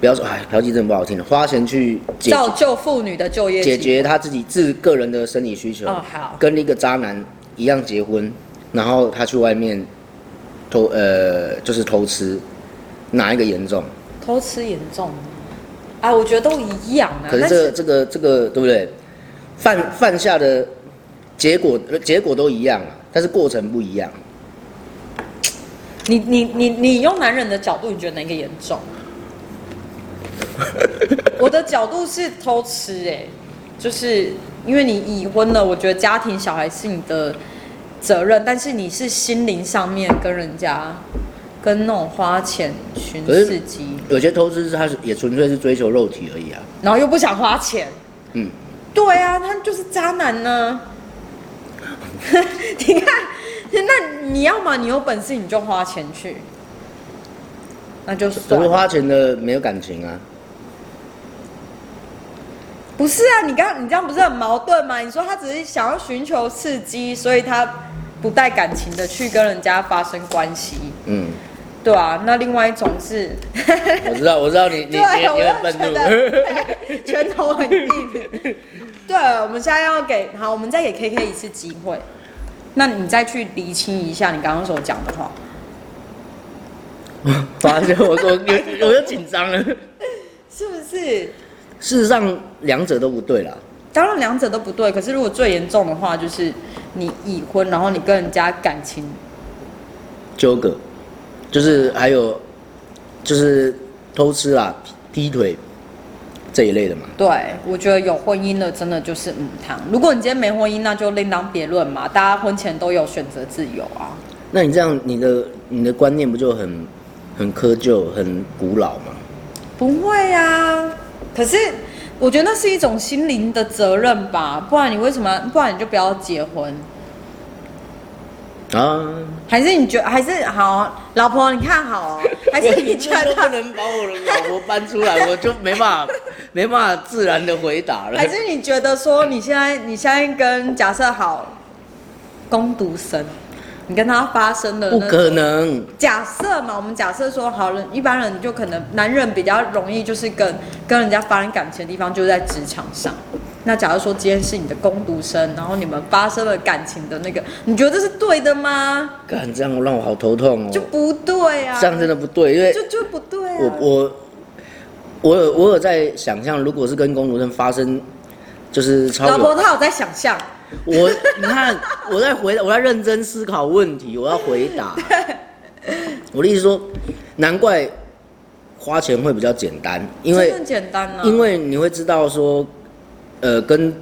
Speaker 1: 不要说哎，嫖妓真的不好听，花钱去解决
Speaker 2: 造就妇女的就业
Speaker 1: 解
Speaker 2: 机会。
Speaker 1: 决他自己自个人的生理需求，
Speaker 2: 哦，好，
Speaker 1: 跟一个渣男一样结婚，然后他去外面偷呃就是偷吃，哪一个严重？
Speaker 2: 偷吃严重吗。啊，我觉得都一样啊。
Speaker 1: 可是
Speaker 2: 但
Speaker 1: 这个这个这个对不对？犯犯下的结果呃结果都一样啊，但是过程不一样。啊
Speaker 2: 你你你你用男人的角度，你觉得哪个严 重？我的角度是偷吃、哎，就是因为你已婚了，我觉得家庭小孩是你的责任，但是你是心灵上面跟人家跟那种花钱寻
Speaker 1: 可是
Speaker 2: 刺激，
Speaker 1: 有些偷吃是他是也纯粹是追求肉体而已啊。
Speaker 2: 然后又不想花钱，
Speaker 1: 嗯，
Speaker 2: 对啊，他就是渣男呢、 你看，那你要嘛，你有本事你就花钱去，那就
Speaker 1: 可
Speaker 2: 算
Speaker 1: 是
Speaker 2: 了。
Speaker 1: 花钱的没有感情啊。
Speaker 2: 不是啊，你刚你这样不是很矛盾吗？你说他只是想要寻求刺激，所以他不带感情的去跟人家发生关系，
Speaker 1: 嗯，
Speaker 2: 对啊。那另外一种是，
Speaker 1: 我知道我知道你你你
Speaker 2: 对，啊
Speaker 1: 你
Speaker 2: 我
Speaker 1: 很愤
Speaker 2: 就觉
Speaker 1: 怒。
Speaker 2: 得对拳头很硬。 对，我们现在要给好，我们再给 KK 一次机会。那你再去厘清一下你刚刚所讲的话。
Speaker 1: 发现我说 我我又紧张了。
Speaker 2: 是不是？
Speaker 1: 事实上，两者都不对啦。
Speaker 2: 当然两者都不对，可是如果最严重的话，就是你已婚，然后你跟人家感情，
Speaker 1: 纠葛，就是还有就是偷吃啦、劈劈腿这一类的嘛。
Speaker 2: 对我觉得有婚姻的真的就是母汤。如果你今天没婚姻，那就另当别论嘛，大家婚前都有选择自由啊。
Speaker 1: 那你这样，你的你的观念不就很很窠臼、很古老吗？
Speaker 2: 不会啊，可是我觉得那是一种心灵的责任吧，不然你为什么？不然你就不要结婚。
Speaker 1: 啊，
Speaker 2: 还是你觉还是好老婆，你看好哦，还是
Speaker 1: 你
Speaker 2: 你觉
Speaker 1: 就
Speaker 2: 得
Speaker 1: 说不能把我的老婆搬出来，我就没办法没办法自然的回答了
Speaker 2: 还。是你觉得说你现在你现在跟假设好，攻读生，你跟他发生的
Speaker 1: 不
Speaker 2: 那
Speaker 1: 可能，
Speaker 2: 假设嘛，我们假设说，好人一般人就可能男人比较容易就是跟跟人家发生感情的地方就是在职场上。那假如说今天是你的攻读生，然后你们发生了感情的那个，你觉得这是对的吗？
Speaker 1: 干这样让我好头痛哦，
Speaker 2: 就不对啊，
Speaker 1: 这样真的不对，因为
Speaker 2: 就就不对啊。
Speaker 1: 我我我有我有在想象，如果是跟公主生发生，就是超
Speaker 2: 老
Speaker 1: 有
Speaker 2: 婆她有在想象，
Speaker 1: 我你看，我在回答，我在认真思考问题，我要回答。我的意思说，难怪花钱会比较简单，因为
Speaker 2: 这更简单啊了、
Speaker 1: 因为你会知道说，呃，跟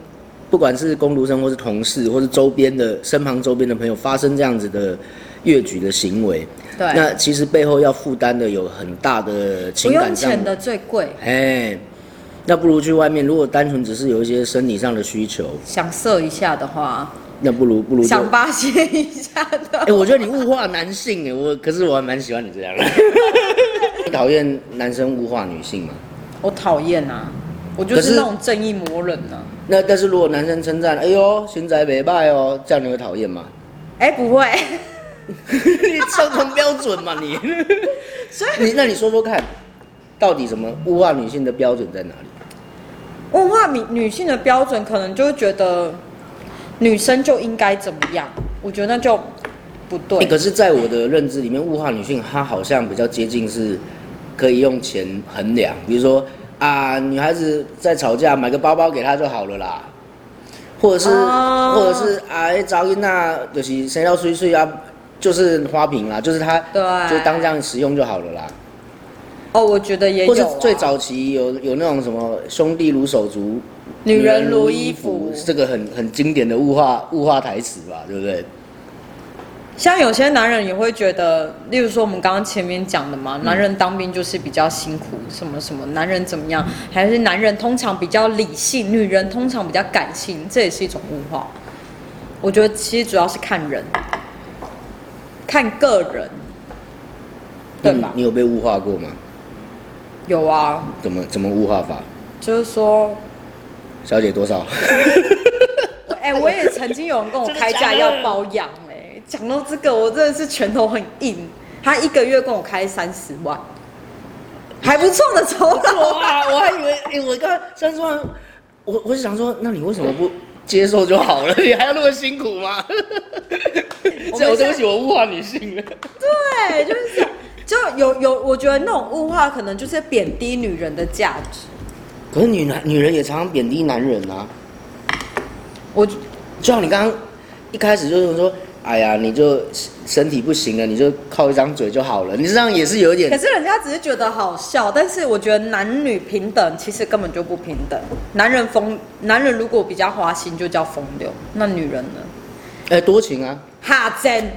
Speaker 1: 不管是工读生或是同事，或是周边的身旁周边的朋友发生这样子的越矩的行为，
Speaker 2: 对，
Speaker 1: 那其实背后要负担的有很大的
Speaker 2: 不
Speaker 1: 情
Speaker 2: 用
Speaker 1: 感上
Speaker 2: 钱的最贵，
Speaker 1: 哎，那不如去外面。如果单纯只是有一些生理上的需求，
Speaker 2: 想色一下的话，
Speaker 1: 那不如不如就
Speaker 2: 想发泄一下的
Speaker 1: 哎、，我觉得你物化男性哎，我可是我还蛮喜欢你这样的。 你讨厌男生物化女性吗？
Speaker 2: 我讨厌啊，我就
Speaker 1: 可是
Speaker 2: 是那种正义魔人啊。
Speaker 1: 那但是如果男生称赞，哎呦，身材美败哦，这样你会讨厌吗？
Speaker 2: 哎、不会，
Speaker 1: 你双重标准嘛你？
Speaker 2: 所
Speaker 1: 你那你说说看，到底什么物化女性的标准在哪里？
Speaker 2: 文化女女性的标准可能就会觉得女生就应该怎么样，我觉得那就不对。
Speaker 1: 欸可是，在我的认知里面，物化女性她好像比较接近是可以用钱衡量，比如说啊，女孩子在吵架，买个包包给她就好了啦，或者是、
Speaker 2: 哦
Speaker 1: 或者是啊，找一那就是谁要碎碎啊，就是花瓶啦，就是她
Speaker 2: 对
Speaker 1: 就当这样使用就好了啦。
Speaker 2: 哦，我觉得也有、
Speaker 1: 或
Speaker 2: 啊。
Speaker 1: 是最早期有有那种什么兄弟如手足，
Speaker 2: 女人如衣服
Speaker 1: 这个很很经典的物化物化台词吧，对不对？
Speaker 2: 像有些男人也会觉得，例如说我们刚刚前面讲的嘛，男人当兵就是比较辛苦，什么什么，男人怎么样，还是男人通常比较理性，女人通常比较感性，这也是一种物化。我觉得其实主要是看人，看个人，对吧？
Speaker 1: 你你有被物化过吗？
Speaker 2: 有啊，
Speaker 1: 怎么怎么物化法？
Speaker 2: 就是说
Speaker 1: 小姐多少？
Speaker 2: 我哎、我也曾经有人跟我开价要包养哎、讲到这个，我真的是拳头很硬。他一个月跟我开三十万，还不错的酬劳。
Speaker 1: 哇，我还以为，哎、我刚三十万，我我是想说，那你为什么不接受就好了？ 你还要那么辛苦 吗？这我哦对不起，我物化女性了。
Speaker 2: 对，就是就有有，我觉得那种物化可能就是贬低女人的价值。
Speaker 1: 可是女男女人也常常贬低男人啊，
Speaker 2: 我
Speaker 1: 就像你刚刚一开始就是说，哎呀，你就身体不行了，你就靠一张嘴就好了，你这样也是有一
Speaker 2: 可
Speaker 1: 点。
Speaker 2: 是人家只是觉得好笑，但是我觉得男女平等其实根本就不平等。男人风，男人如果比较花心就叫风流，那女人呢？
Speaker 1: 哎、多情啊！
Speaker 2: 哈真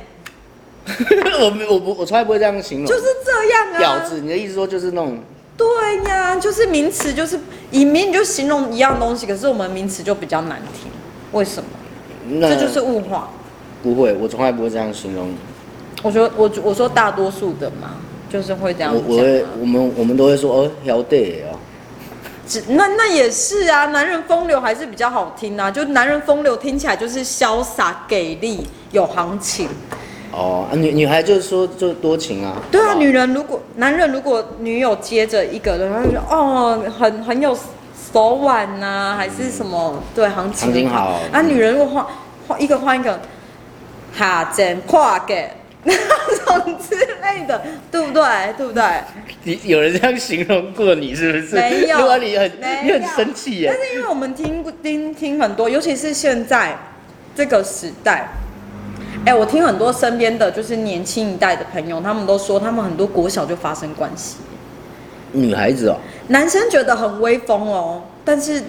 Speaker 1: 嗯我没我不我从来不会这样形容。
Speaker 2: 就是这样啊。
Speaker 1: 婊子，你的意思说就是那种
Speaker 2: 对呀，就是名词，就是以名就形容一样东西，可是我们名词就比较难听，为什么？
Speaker 1: 那
Speaker 2: 这就是物化。
Speaker 1: 不会，我从来不会这样形容。
Speaker 2: 我说我我说大多数的嘛，就是会这样
Speaker 1: 我我
Speaker 2: 讲
Speaker 1: 会
Speaker 2: 啊、
Speaker 1: 我们我们都会说哦，要对哦。
Speaker 2: 只那那也是啊，男人风流还是比较好听啊，就男人风流听起来就是潇洒给力，有行情。
Speaker 1: 哦，啊女女孩就是说就多情啊。
Speaker 2: 对啊，
Speaker 1: 好不好
Speaker 2: 女人如果男人如果女友接着一个人，然后就哦，很很有手腕呐、还是什么对行情
Speaker 1: 行情好
Speaker 2: 啊，女人如果换换一个换一个，哈针跨给那种之类的，对不对？对不对？
Speaker 1: 你有人这样形容过你是不是？
Speaker 2: 没有
Speaker 1: 如果 你很
Speaker 2: 没有
Speaker 1: 你很生气
Speaker 2: 但
Speaker 1: 耶，
Speaker 2: 是因为我们听过听听很多，尤其是现在这个时代，哎、我听很多身边的就是年轻一代的朋友，他们都说他们很多国小就发生关系。
Speaker 1: 女孩子哦，
Speaker 2: 男生觉得很威风哦，但是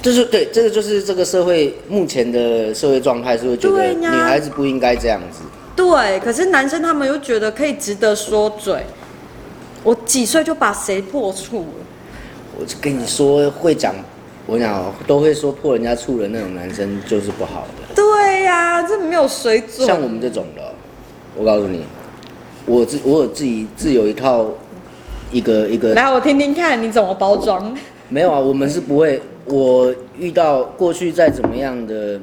Speaker 1: 就是对，这个就是这个社会目前的社会状态是会觉得
Speaker 2: 对
Speaker 1: 女
Speaker 2: 呀
Speaker 1: 孩子不应该这样子。
Speaker 2: 对，可是男生他们又觉得可以值得说嘴。我几岁就把谁破处了？
Speaker 1: 我就跟你说，会讲，我跟你讲哦都会说破人家处的那种男生就是不好的。
Speaker 2: 对呀、这没有水准。
Speaker 1: 像我们这种的哦，我告诉你，我自我有自己自有一套一个一个
Speaker 2: 来，我听听看你怎么包装。
Speaker 1: 没有啊，我们是不会。我遇到过去再怎么样的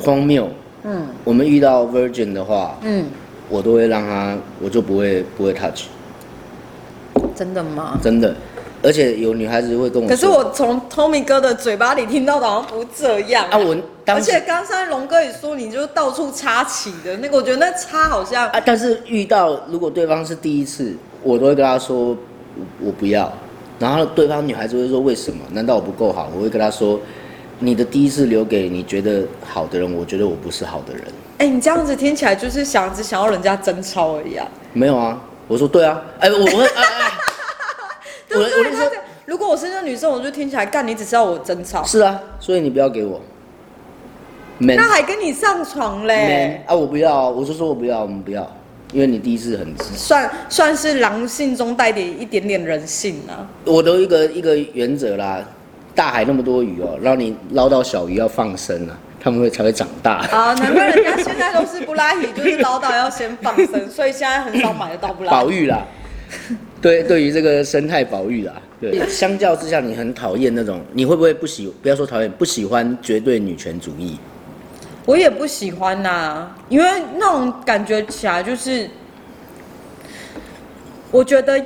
Speaker 1: 荒谬，
Speaker 3: 嗯
Speaker 1: 我们遇到 virgin 的话，
Speaker 3: 嗯，
Speaker 1: 我都会让他，我就不会不会 touch，
Speaker 3: 真的吗？
Speaker 1: 真的。而且有女孩子会跟我说，
Speaker 2: 可是我从 Tommy 哥的嘴巴里听到的好像不这样
Speaker 1: 啊，我当
Speaker 2: 而
Speaker 1: 时
Speaker 2: 且刚才龙哥也说，你就到处插旗的那个，我觉得那插好像
Speaker 1: 啊，但是遇到如果对方是第一次，我都会跟他说我我不要，然后对方女孩子会说为什么？难道我不够好？我会跟她说，你的第一次留给你觉得好的人，我觉得我不是好的人。
Speaker 2: 哎、你这样子听起来就是想只想要人家贞操而已啊。
Speaker 1: 没有啊，我说对啊，哎、我我哎 哎，我
Speaker 2: 对
Speaker 1: 的
Speaker 2: 不
Speaker 1: 我
Speaker 2: 对？
Speaker 1: 的意
Speaker 2: 他
Speaker 1: 思
Speaker 2: 这如果我是那女生，我就听起来干，你只知道我贞操，
Speaker 1: 是啊，所以你不要给我，man
Speaker 2: 那还哎跟你上床嘞
Speaker 1: man，啊，我不要啊，我就说我不要，我们不要，因为你第一次很直
Speaker 2: 算算是狼性中带点一点点人性啊。
Speaker 1: 我的一个一个原则啦，大海那么多鱼哦、让你捞到小鱼要放生啊，它们会才会长 大。
Speaker 2: 啊，难怪人家现在都是布拉提，就是唠叨要先放生，所以现在很少买得到布拉
Speaker 1: 保
Speaker 2: 提。
Speaker 1: 育啦，对，对于这个生态保育啦，对，相较之下，你很讨厌那种，你会不会不喜？不要说讨厌，不喜欢绝对女权主义。
Speaker 2: 我也不喜欢呐、因为那种感觉起来就是，我觉得。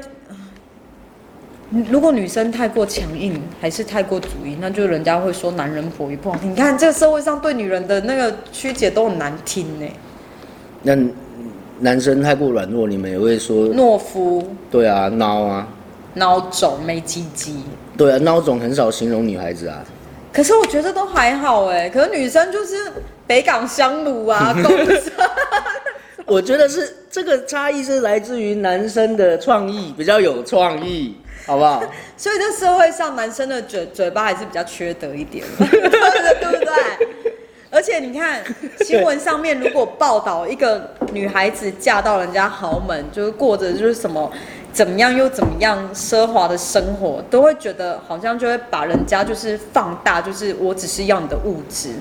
Speaker 2: 如果女生太过强硬，还是太过主义，那就人家会说男人婆也不好听。你看这个社会上对女人的那个曲解都很难听呢、
Speaker 1: 那男生太过软弱，你们也会说，
Speaker 2: 懦夫、
Speaker 1: 对啊，孬啊，
Speaker 2: 孬种、没鸡鸡。
Speaker 1: 对啊，孬种很少形容女孩子啊。
Speaker 2: 可是我觉得都还好哎、可是女生就是北港香炉啊，公司
Speaker 1: 我觉得是这个差异是来自于男生的创意，比较有创意，好 不好？
Speaker 2: 所以这社会上男生的嘴嘴巴还是比较缺德一点，对不对？对不对？而且你看新闻上面，如果报道一个女孩子嫁到人家豪门，就是过着就是什么怎么样又怎么样奢华的生活，都会觉得好像就会把人家就是放大，就是我只是要你的物质，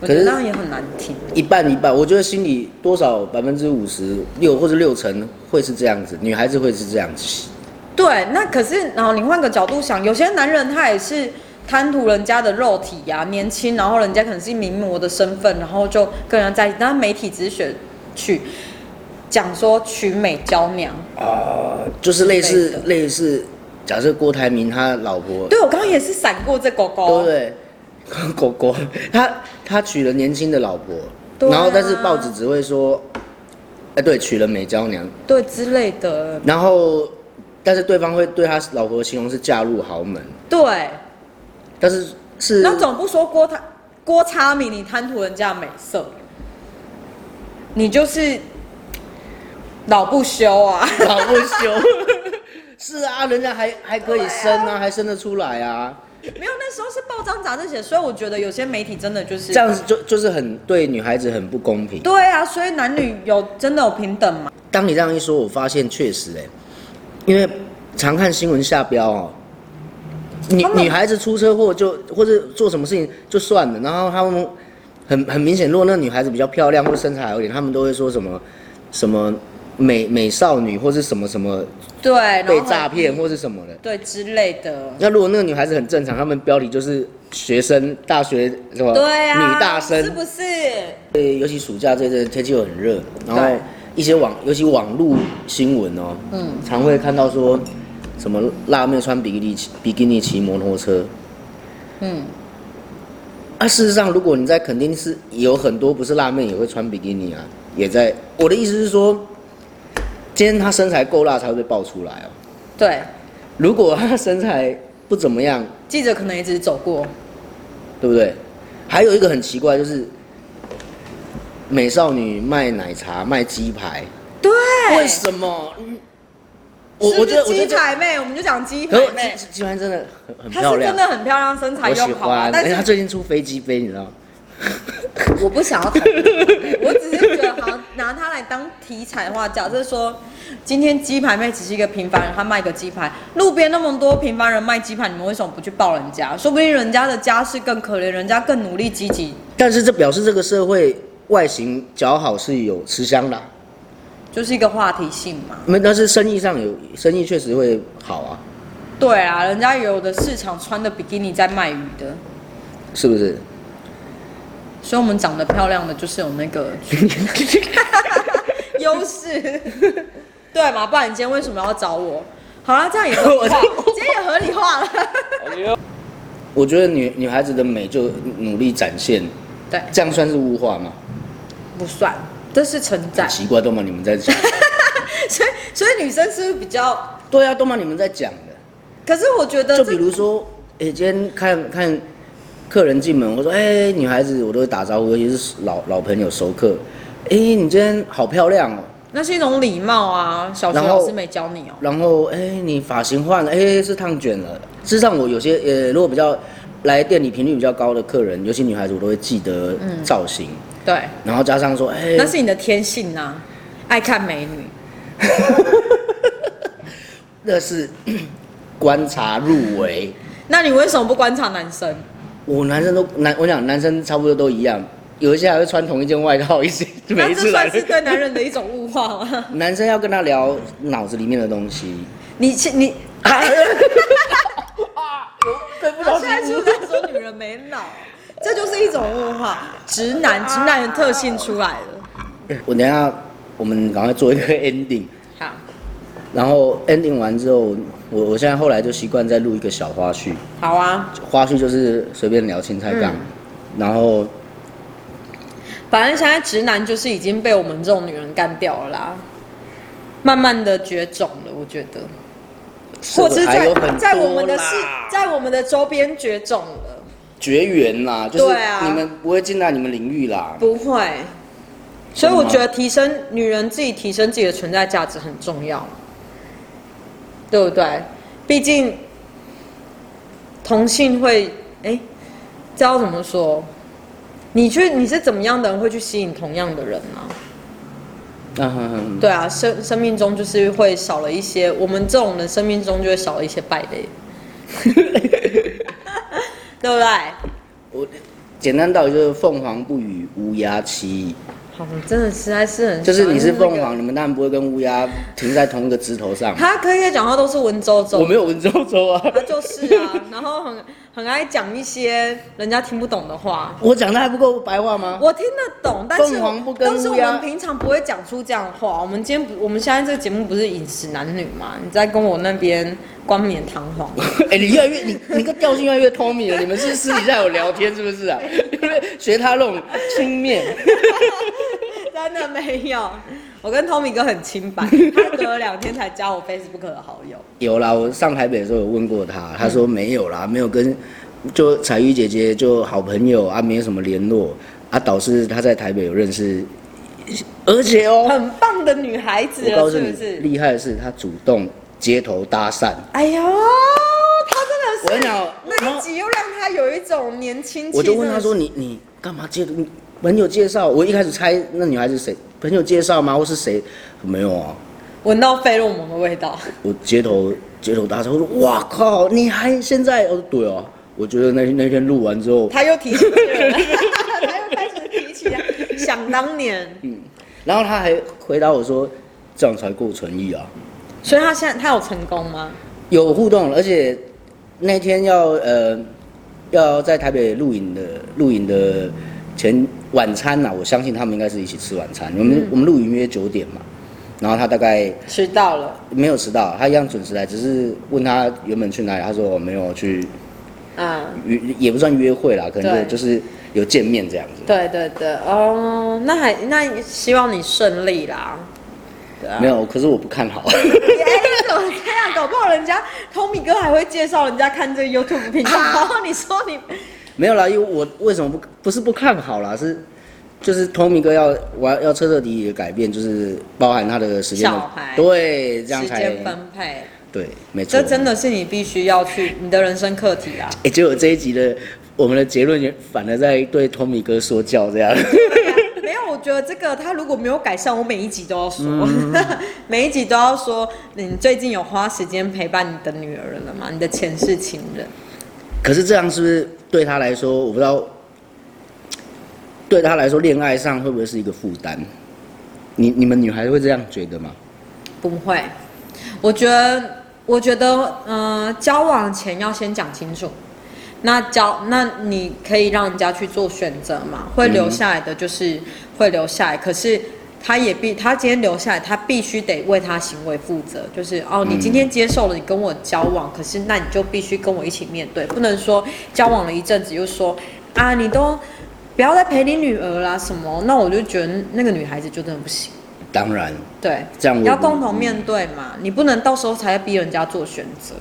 Speaker 2: 我觉
Speaker 1: 可
Speaker 2: 得
Speaker 1: 是
Speaker 2: 那样也很难听。
Speaker 1: 一半一半，我觉得心里多少百分之五十六或者六成会是这样子，女孩子会是这样子。
Speaker 2: 对，那可是，然后你换个角度想，有些男人他也是贪图人家的肉体呀、年轻，然后人家可能是名模的身份，然后就跟人家在一起。但媒体只是选取讲说娶美娇娘。
Speaker 1: 就是类似
Speaker 2: 之类的
Speaker 1: 类似，假设郭台铭他老婆，
Speaker 2: 对我刚刚也是闪过这狗
Speaker 1: 对
Speaker 2: 狗啊
Speaker 1: 不，对？狗狗，他他娶了年轻的老婆，
Speaker 2: 对啊
Speaker 1: 然后但是报纸只会说，哎、对，娶了美娇娘，
Speaker 2: 对之类的，
Speaker 1: 然后但是对方会对他老婆形容是嫁入豪门，
Speaker 2: 对。
Speaker 1: 但是是
Speaker 2: 那总不说郭他郭差明你贪图人家美色，你就是老不休啊。
Speaker 1: 老不休。 是啊，人家还还可以生啊，还生得出来啊，
Speaker 2: 没有，那时候是报章杂志写，所以我觉得有些媒体真的就是
Speaker 1: 这样子就就是很对女孩子很不公平。
Speaker 2: 对啊，所以男女有真的有平等吗？
Speaker 1: 当你这样一说，我发现确实哎、因为常看新闻下标哦、女
Speaker 2: 他们
Speaker 1: 女孩子出车祸就或者做什么事情就算了，然后他们很很明显，如果那个女孩子比较漂亮或身材好一点，他们都会说什么什么美美少女或是什么什么
Speaker 2: 对，然后
Speaker 1: 被
Speaker 2: 嗯
Speaker 1: 诈骗或是什么的。
Speaker 2: 对之类的。
Speaker 1: 那如果那个女孩子很正常，他们标题就是学生大学什么
Speaker 2: 对啊，
Speaker 1: 呃女大生
Speaker 2: 是不是？
Speaker 1: 对，尤其暑假这阵天气又很热，然后
Speaker 2: 对
Speaker 1: 一些网，尤其网络新闻哦，嗯，常会看到说什么辣妹穿比基尼骑比基尼骑摩托车，
Speaker 2: 嗯，
Speaker 1: 啊，事实上如果你在肯定是有很多不是辣妹也会穿比基尼啊，也在。我的意思是说，今天她身材够辣才会被爆出来哦，
Speaker 2: 对，
Speaker 1: 如果她身材不怎么样，
Speaker 2: 记者可能也只是走过。
Speaker 1: 对不对？还有一个很奇怪就是，美少女卖奶茶卖鸡排。
Speaker 2: 对，
Speaker 1: 为什么？嗯我
Speaker 2: 是
Speaker 1: 我
Speaker 2: 不
Speaker 1: 觉得
Speaker 2: 是
Speaker 1: 我觉得
Speaker 2: 鸡
Speaker 1: 这，
Speaker 2: 排妹，我们就讲鸡排
Speaker 1: 可是
Speaker 2: 妹
Speaker 1: 鸡，鸡排真的很很
Speaker 2: 她
Speaker 1: 漂
Speaker 2: 是
Speaker 1: 亮
Speaker 2: 真，的很漂亮，身
Speaker 1: 我
Speaker 2: 材又
Speaker 1: 喜
Speaker 2: 好
Speaker 1: 欢。。
Speaker 2: 啊
Speaker 1: 哎
Speaker 2: 但
Speaker 1: 而且她
Speaker 2: 是
Speaker 1: 最近出飞机杯，你知道吗？
Speaker 2: 我不想要讨论这个，我只是觉得好像拿它来当题材的话，假设说今天鸡排妹只是一个平凡人，她卖个鸡排，路边那么多平凡人卖鸡排，你们为什么不去抱人家？说不定人家的家世更可怜，人家更努力积极，
Speaker 1: 但是这表示这个社会外形姣好是有吃香的啊，
Speaker 2: 就是一个话题性嘛。
Speaker 1: 没，但是生意上有生意确实会好啊，
Speaker 2: 对啊，人 家有的市场穿的比基尼在卖鱼的，
Speaker 1: 是不是？
Speaker 3: 所以我们长得漂亮的就是有那个，
Speaker 2: 优势， 对嘛？不然你今天为什么要找我？好了，这样也合理化，今天也合理化了。
Speaker 1: 我觉得女女孩子的美就努力展现，
Speaker 3: 对，
Speaker 1: 这样算是物化吗？
Speaker 3: 不算，这是称赞。
Speaker 1: 奇怪，都嘛你们在 讲，
Speaker 2: 所以，所以女生是不是比较？
Speaker 1: 对啊，都嘛你们在讲的。
Speaker 2: 可是我觉得
Speaker 1: 就
Speaker 2: 这，
Speaker 1: 比如说，哎、今天看看客人进门，我说，哎、女孩子我都会打招呼，尤其是老老朋友熟客，哎、你今天好漂亮哦、
Speaker 2: 那是一种礼貌啊。小学
Speaker 1: 然后
Speaker 2: 老师没教你哦、
Speaker 1: 然后哎、你发型换了，哎、是烫卷了。事实上，我有些呃，如果比较来店里频率比较高的客人，尤其女孩子，我都会记得造型，
Speaker 2: 对，
Speaker 1: 然后加上说，哎、
Speaker 2: 嗯那是你的天性呐、爱看美女。
Speaker 1: 那是 观察入围。
Speaker 2: 那你为什么不观察男生？
Speaker 1: 我男生都男，我想男生差不多都一样，有一些还会穿同一件外套一起，每
Speaker 2: 那
Speaker 1: 一
Speaker 2: 这
Speaker 1: 次来
Speaker 2: 算是对男人的一种物化 吗？
Speaker 1: 男生要跟他聊脑子里面的东西，
Speaker 2: 你其你，
Speaker 1: 啊 对 不
Speaker 2: 他现在出来说女人没脑，这就是一种物化，直男直男的特性出来了。
Speaker 1: 我等一下我们赶快做一个 ending，
Speaker 2: 好，
Speaker 1: 然后 ending 完之后，我我现在后来就习惯再录一个小花絮，
Speaker 2: 好啊，
Speaker 1: 花絮就是随便聊青菜
Speaker 2: 嗯
Speaker 1: 杠，然后
Speaker 2: 反正现在直男就是已经被我们这种女人干掉了啦，慢慢的绝种了，我觉得，
Speaker 1: 社
Speaker 2: 或
Speaker 1: 会
Speaker 2: 者是
Speaker 1: 还有很
Speaker 2: 在
Speaker 1: 多
Speaker 2: 在我们的
Speaker 1: 啦
Speaker 2: 世，在我们的周边绝种了，
Speaker 1: 绝缘啦，就是
Speaker 2: 对啊
Speaker 1: 你们不会进到你们领域啦，
Speaker 2: 不会。所以我觉得提升女人自己提升自己的存在价值很重要，对不对？毕竟同性会，哎，这要怎么说？你去你是怎么样的人会去吸引同样的人呢、
Speaker 1: 嗯哼哼
Speaker 2: 对啊，生生命中就是会少了一些，我们这种人生命中就会少了一些败类， 对不对？
Speaker 1: 简单到就是凤凰不与乌鸦栖，
Speaker 2: 好，你真的实在是很，
Speaker 1: 就是你是凤
Speaker 2: 那个，
Speaker 1: 凰，你们当然不会跟乌鸦停在同一个枝头上。
Speaker 2: 他可以讲话都是文绉绉
Speaker 1: 我，没有文绉绉啊，
Speaker 2: 他就是啊，然后很很爱讲一些人家听不懂的话。
Speaker 1: 我讲的还不够白话吗？
Speaker 2: 我听得懂，但是
Speaker 1: 凤凰不跟
Speaker 2: 但是我
Speaker 1: 乌鸦
Speaker 2: 们平常不会讲出这样的话。我们今天不，我们现在这个节目不是饮食男女嘛？你在跟我那边冠冕堂皇，
Speaker 1: 哎、你越来越你你个调性越来越 Tommy 了，你们是私底下有聊天是不 是啊？因为学他那种轻蔑，
Speaker 2: 真的没有，我跟 Tommy 哥很 清白，他隔了两天才加我 Facebook 的好友。
Speaker 1: 有啦，我上台北的时候有问过他，他说没有啦，没有跟就彩玉姐姐就好朋友啊，没有什么联络啊，导致他在台北有认识，而且哦，
Speaker 2: 很棒的女孩子
Speaker 1: 我告
Speaker 2: 了，
Speaker 1: 诉
Speaker 2: 是
Speaker 1: 你
Speaker 2: 不，是？
Speaker 1: 厉害的是他主动街头搭讪，
Speaker 2: 哎呦，
Speaker 1: 我
Speaker 2: 她
Speaker 1: 跟
Speaker 2: 真
Speaker 1: 你
Speaker 2: 的是
Speaker 1: 讲，然
Speaker 2: 那
Speaker 1: 后
Speaker 2: 一集又让她有一种年轻气。
Speaker 1: 我就问他说：“
Speaker 2: 真的是，
Speaker 1: 你你干嘛介你朋友介绍？”我一开始猜那女孩子谁，朋友介绍吗？或是谁？没有啊，
Speaker 2: 闻到费洛蒙的味道，
Speaker 1: 我街头街头搭讪，我说：“哇靠，你还现在？”哦，对哦、我觉得那那天录完之后，
Speaker 2: 她又提起 这个，她又开始提起来，想当年，
Speaker 1: 嗯然后他还回答我说：“这样才够诚意啊，
Speaker 2: 所以她现在她有成功吗？
Speaker 1: 有互动，而且那天要呃要在台北录影的录影的前晚餐呐、我相信他们应该是一起吃晚餐。我们、我们录影约九点嘛，然后他大概。”
Speaker 2: 迟到了
Speaker 1: 没有迟到，他一样准时来，只是问他原本去哪里，他说我没有去
Speaker 2: 啊。
Speaker 1: 约，也不算约会啦，可能
Speaker 2: 对
Speaker 1: 就就是有见面这样子。
Speaker 2: 对对对，哦，那还那希望你顺利啦。对啊
Speaker 1: 没，有，可是我不看好。
Speaker 2: 哎、怎么这样？搞不好人家 Tommy 哥还会介绍人家看这个 YouTube 频道，
Speaker 1: 啊
Speaker 2: 然后你说你
Speaker 1: 没有啦，因为我为什么不不是不看好啦，是就是通明哥要我要要彻彻底底的改变，就是包含他的时间
Speaker 2: 小孩
Speaker 1: 的对，这样
Speaker 2: 时
Speaker 1: 才
Speaker 2: 间分配，
Speaker 1: 对，没错。
Speaker 2: 这真的是你必须要去你的人生课题啊！
Speaker 1: 哎、结果这一集的我们的结论也反而在对通明哥说教这样。
Speaker 2: 没有，我觉得这个他如果没有改善，我每一集都要说，
Speaker 1: 嗯
Speaker 2: 每一集都要说，你最近有花时间陪伴你的女儿了吗？你的前世情人，
Speaker 1: 可是这样是不是对他来说，我不知道，对他来说，恋爱上会不会是一个负担？你你们女孩会这样觉得吗？
Speaker 2: 不会，呃我觉得，我觉得，嗯、交往前要先讲清楚。那教那你可以让人家去做选择嘛？会留下来的就是会留下来，可是他也必他今天留下来，他必须得为他行为负责。就是哦，你今天接受了你跟我交往，可是那你就必须跟我一起面对，不能说交往了一阵子又说啊你都不要再陪你女儿啦什么，那我就觉得那个女孩子就真的不行。
Speaker 1: 当然，
Speaker 2: 对，
Speaker 1: 这样我
Speaker 2: 你要共同面对嘛，你不能到时候才逼人家做选择。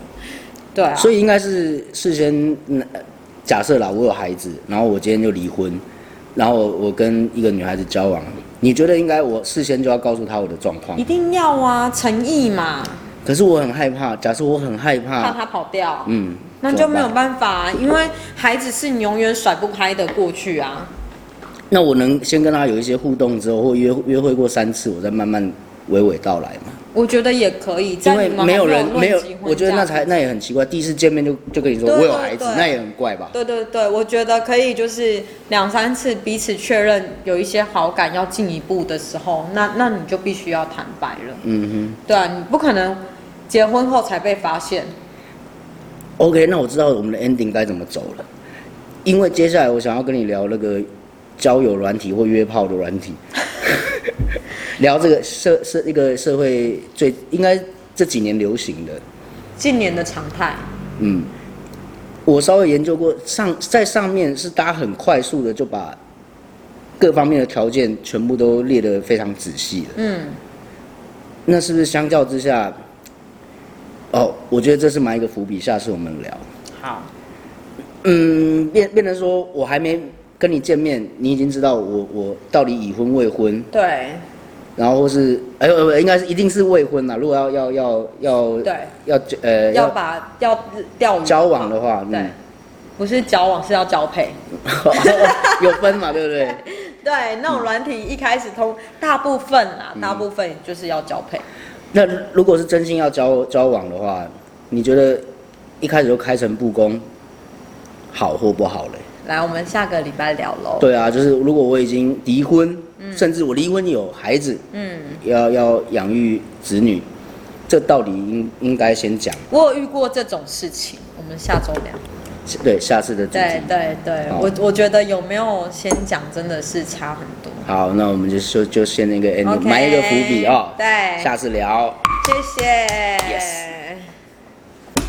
Speaker 2: 对啊，
Speaker 1: 所以应该是事先嗯呃假设啦，我有孩子，然后我今天就离婚，然后我跟一个女孩子交往，你觉得应该我事先就要告诉她我的状况
Speaker 2: 一？定要啊，诚意嘛，
Speaker 1: 可是我很害怕，假设我很害
Speaker 2: 怕
Speaker 1: 怕，
Speaker 2: 他跑掉，
Speaker 1: 啊嗯，
Speaker 2: 那就没有
Speaker 1: 怎么办。
Speaker 2: 办法、啊，因为孩子是你永远甩不开的过去啊。
Speaker 1: 那我能先跟她有一些互动之后，或约约会过三次，我再慢慢娓娓道来嘛？
Speaker 2: 我觉得也可以，在
Speaker 1: 因为
Speaker 2: 你们
Speaker 1: 没有
Speaker 2: 有
Speaker 1: 人
Speaker 2: 论
Speaker 1: 没有
Speaker 2: 及，婚
Speaker 1: 我觉得
Speaker 2: 嫁
Speaker 1: 那才那也很奇怪，第一次见面就就跟你说
Speaker 2: 对
Speaker 1: 我有
Speaker 2: 对
Speaker 1: 孩子
Speaker 2: 对，
Speaker 1: 那也很怪吧？
Speaker 2: 对对对，我觉得可以，就是两三次彼此确认有一些好感要进一步的时候，那那你就必须要坦白了。
Speaker 1: 嗯
Speaker 2: 对啊，你不可能结婚后才被发现。
Speaker 1: 哼，OK，那我知道我们的 ending 该怎么走了，因为接下来我想要跟你聊那个交友软体或约炮的软体， 聊这个社社一个社会最应该这几年流行的，
Speaker 2: 近年的常态，
Speaker 1: 嗯，我稍微研究过上在上面是大家很快速的就把各方面的条件全部都列得非常仔细了。
Speaker 2: 嗯，
Speaker 1: 那是不是相较之下，哦，我觉得这是埋一个伏笔，下次我们聊。
Speaker 2: 好，
Speaker 1: 嗯，变变成说我还没跟你见面，你已经知道我我到底已婚未婚，
Speaker 2: 对
Speaker 1: 然后或是哎呦，呃应该是一定是未婚啦。如果要要要要
Speaker 2: 对，
Speaker 1: 要呃
Speaker 2: 要把要钓鱼
Speaker 1: 交往的话，
Speaker 2: 对，不是交往是要交配。
Speaker 1: 嗯，有分嘛，对不对？
Speaker 2: 对，那
Speaker 1: 嗯
Speaker 2: 种软体一开始通大部分啦，大部分就是要交配。
Speaker 1: 那如果是真心要交交往的话，你觉得一开始就开诚布公，好或不好嘞？
Speaker 2: 来，我们下个礼拜聊喽。
Speaker 1: 对啊，就是如果我已经离婚，甚至我离婚有孩子，
Speaker 2: 嗯，
Speaker 1: 要要养育子女，这道理应应该先讲。
Speaker 2: 我有遇过这种事情，我们下周聊。
Speaker 1: 对，下次的主
Speaker 2: 对
Speaker 1: 题。
Speaker 2: 对对，
Speaker 1: 好
Speaker 2: 我我觉得有没有先讲真的是差很多。
Speaker 1: 好，那我们就就就先那个 end，
Speaker 2: OK，
Speaker 1: 埋一个伏笔啊、
Speaker 2: 对
Speaker 1: 下次聊。
Speaker 2: 谢谢。
Speaker 1: Yes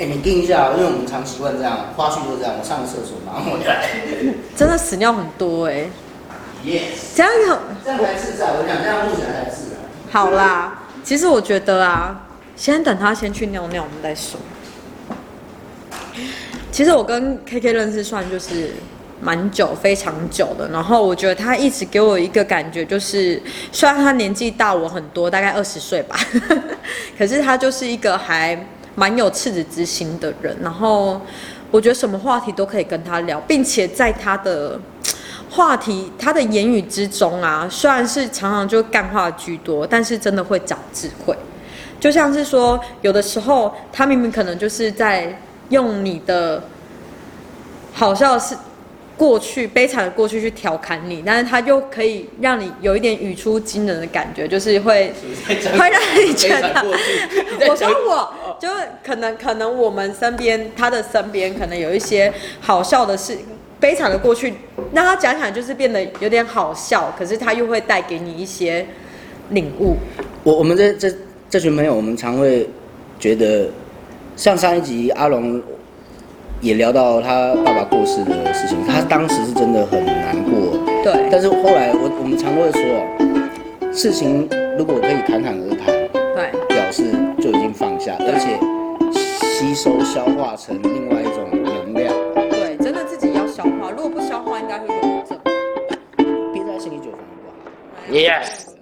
Speaker 1: 哎、你定一下，因为我们常习惯这样，花絮就是这样。我上个厕所，然后我 来。
Speaker 2: 真的屎尿很多哎、
Speaker 1: Yes，
Speaker 2: 这样有
Speaker 1: 这样才自在。我讲这样录起来才自然。
Speaker 2: 好啦。其实我觉得啊，先等他先去尿尿，我们再说。其实我跟 KK 认识算就是蛮久，非常久的。然后我觉得他一直给我一个感觉，就是虽然他年纪大我很多，大概二十岁吧， 可是他就是一个还蛮有赤子之心的人。然后我觉得什么话题都可以跟他聊，并且在他的话题、他的言语之中啊，虽然是常常就干话居多，但是真的会长智慧。就像是说，有的时候他明明可能就是在用你的好像是过去悲惨的过去去调侃你，但是他又可以让你有一点语出惊人的感觉，就是 会会让你觉
Speaker 1: 悲惨
Speaker 2: 得
Speaker 1: 过去你在，讲
Speaker 2: 我说我就是可能可能我们身边他的身边可能有一些好笑的事。悲惨的过去，让他讲起来就是变得有点好笑，可是他又会带给你一些领悟。
Speaker 1: 我我们这这这群朋友，我们常会觉得，像上一集阿龙也聊到他爸爸过世的事情，他当时是真的很难过，
Speaker 2: 对，
Speaker 1: 但是后来我我们常都会说哦，事情如果可以侃侃而谈，
Speaker 2: 对，
Speaker 1: 表示就已经放下，而且吸收消化成另外一种能量，
Speaker 2: 对，真的自己要消化，如果不消化，应该会忧郁症。
Speaker 1: 憋在心里久反而不好。
Speaker 2: Yes。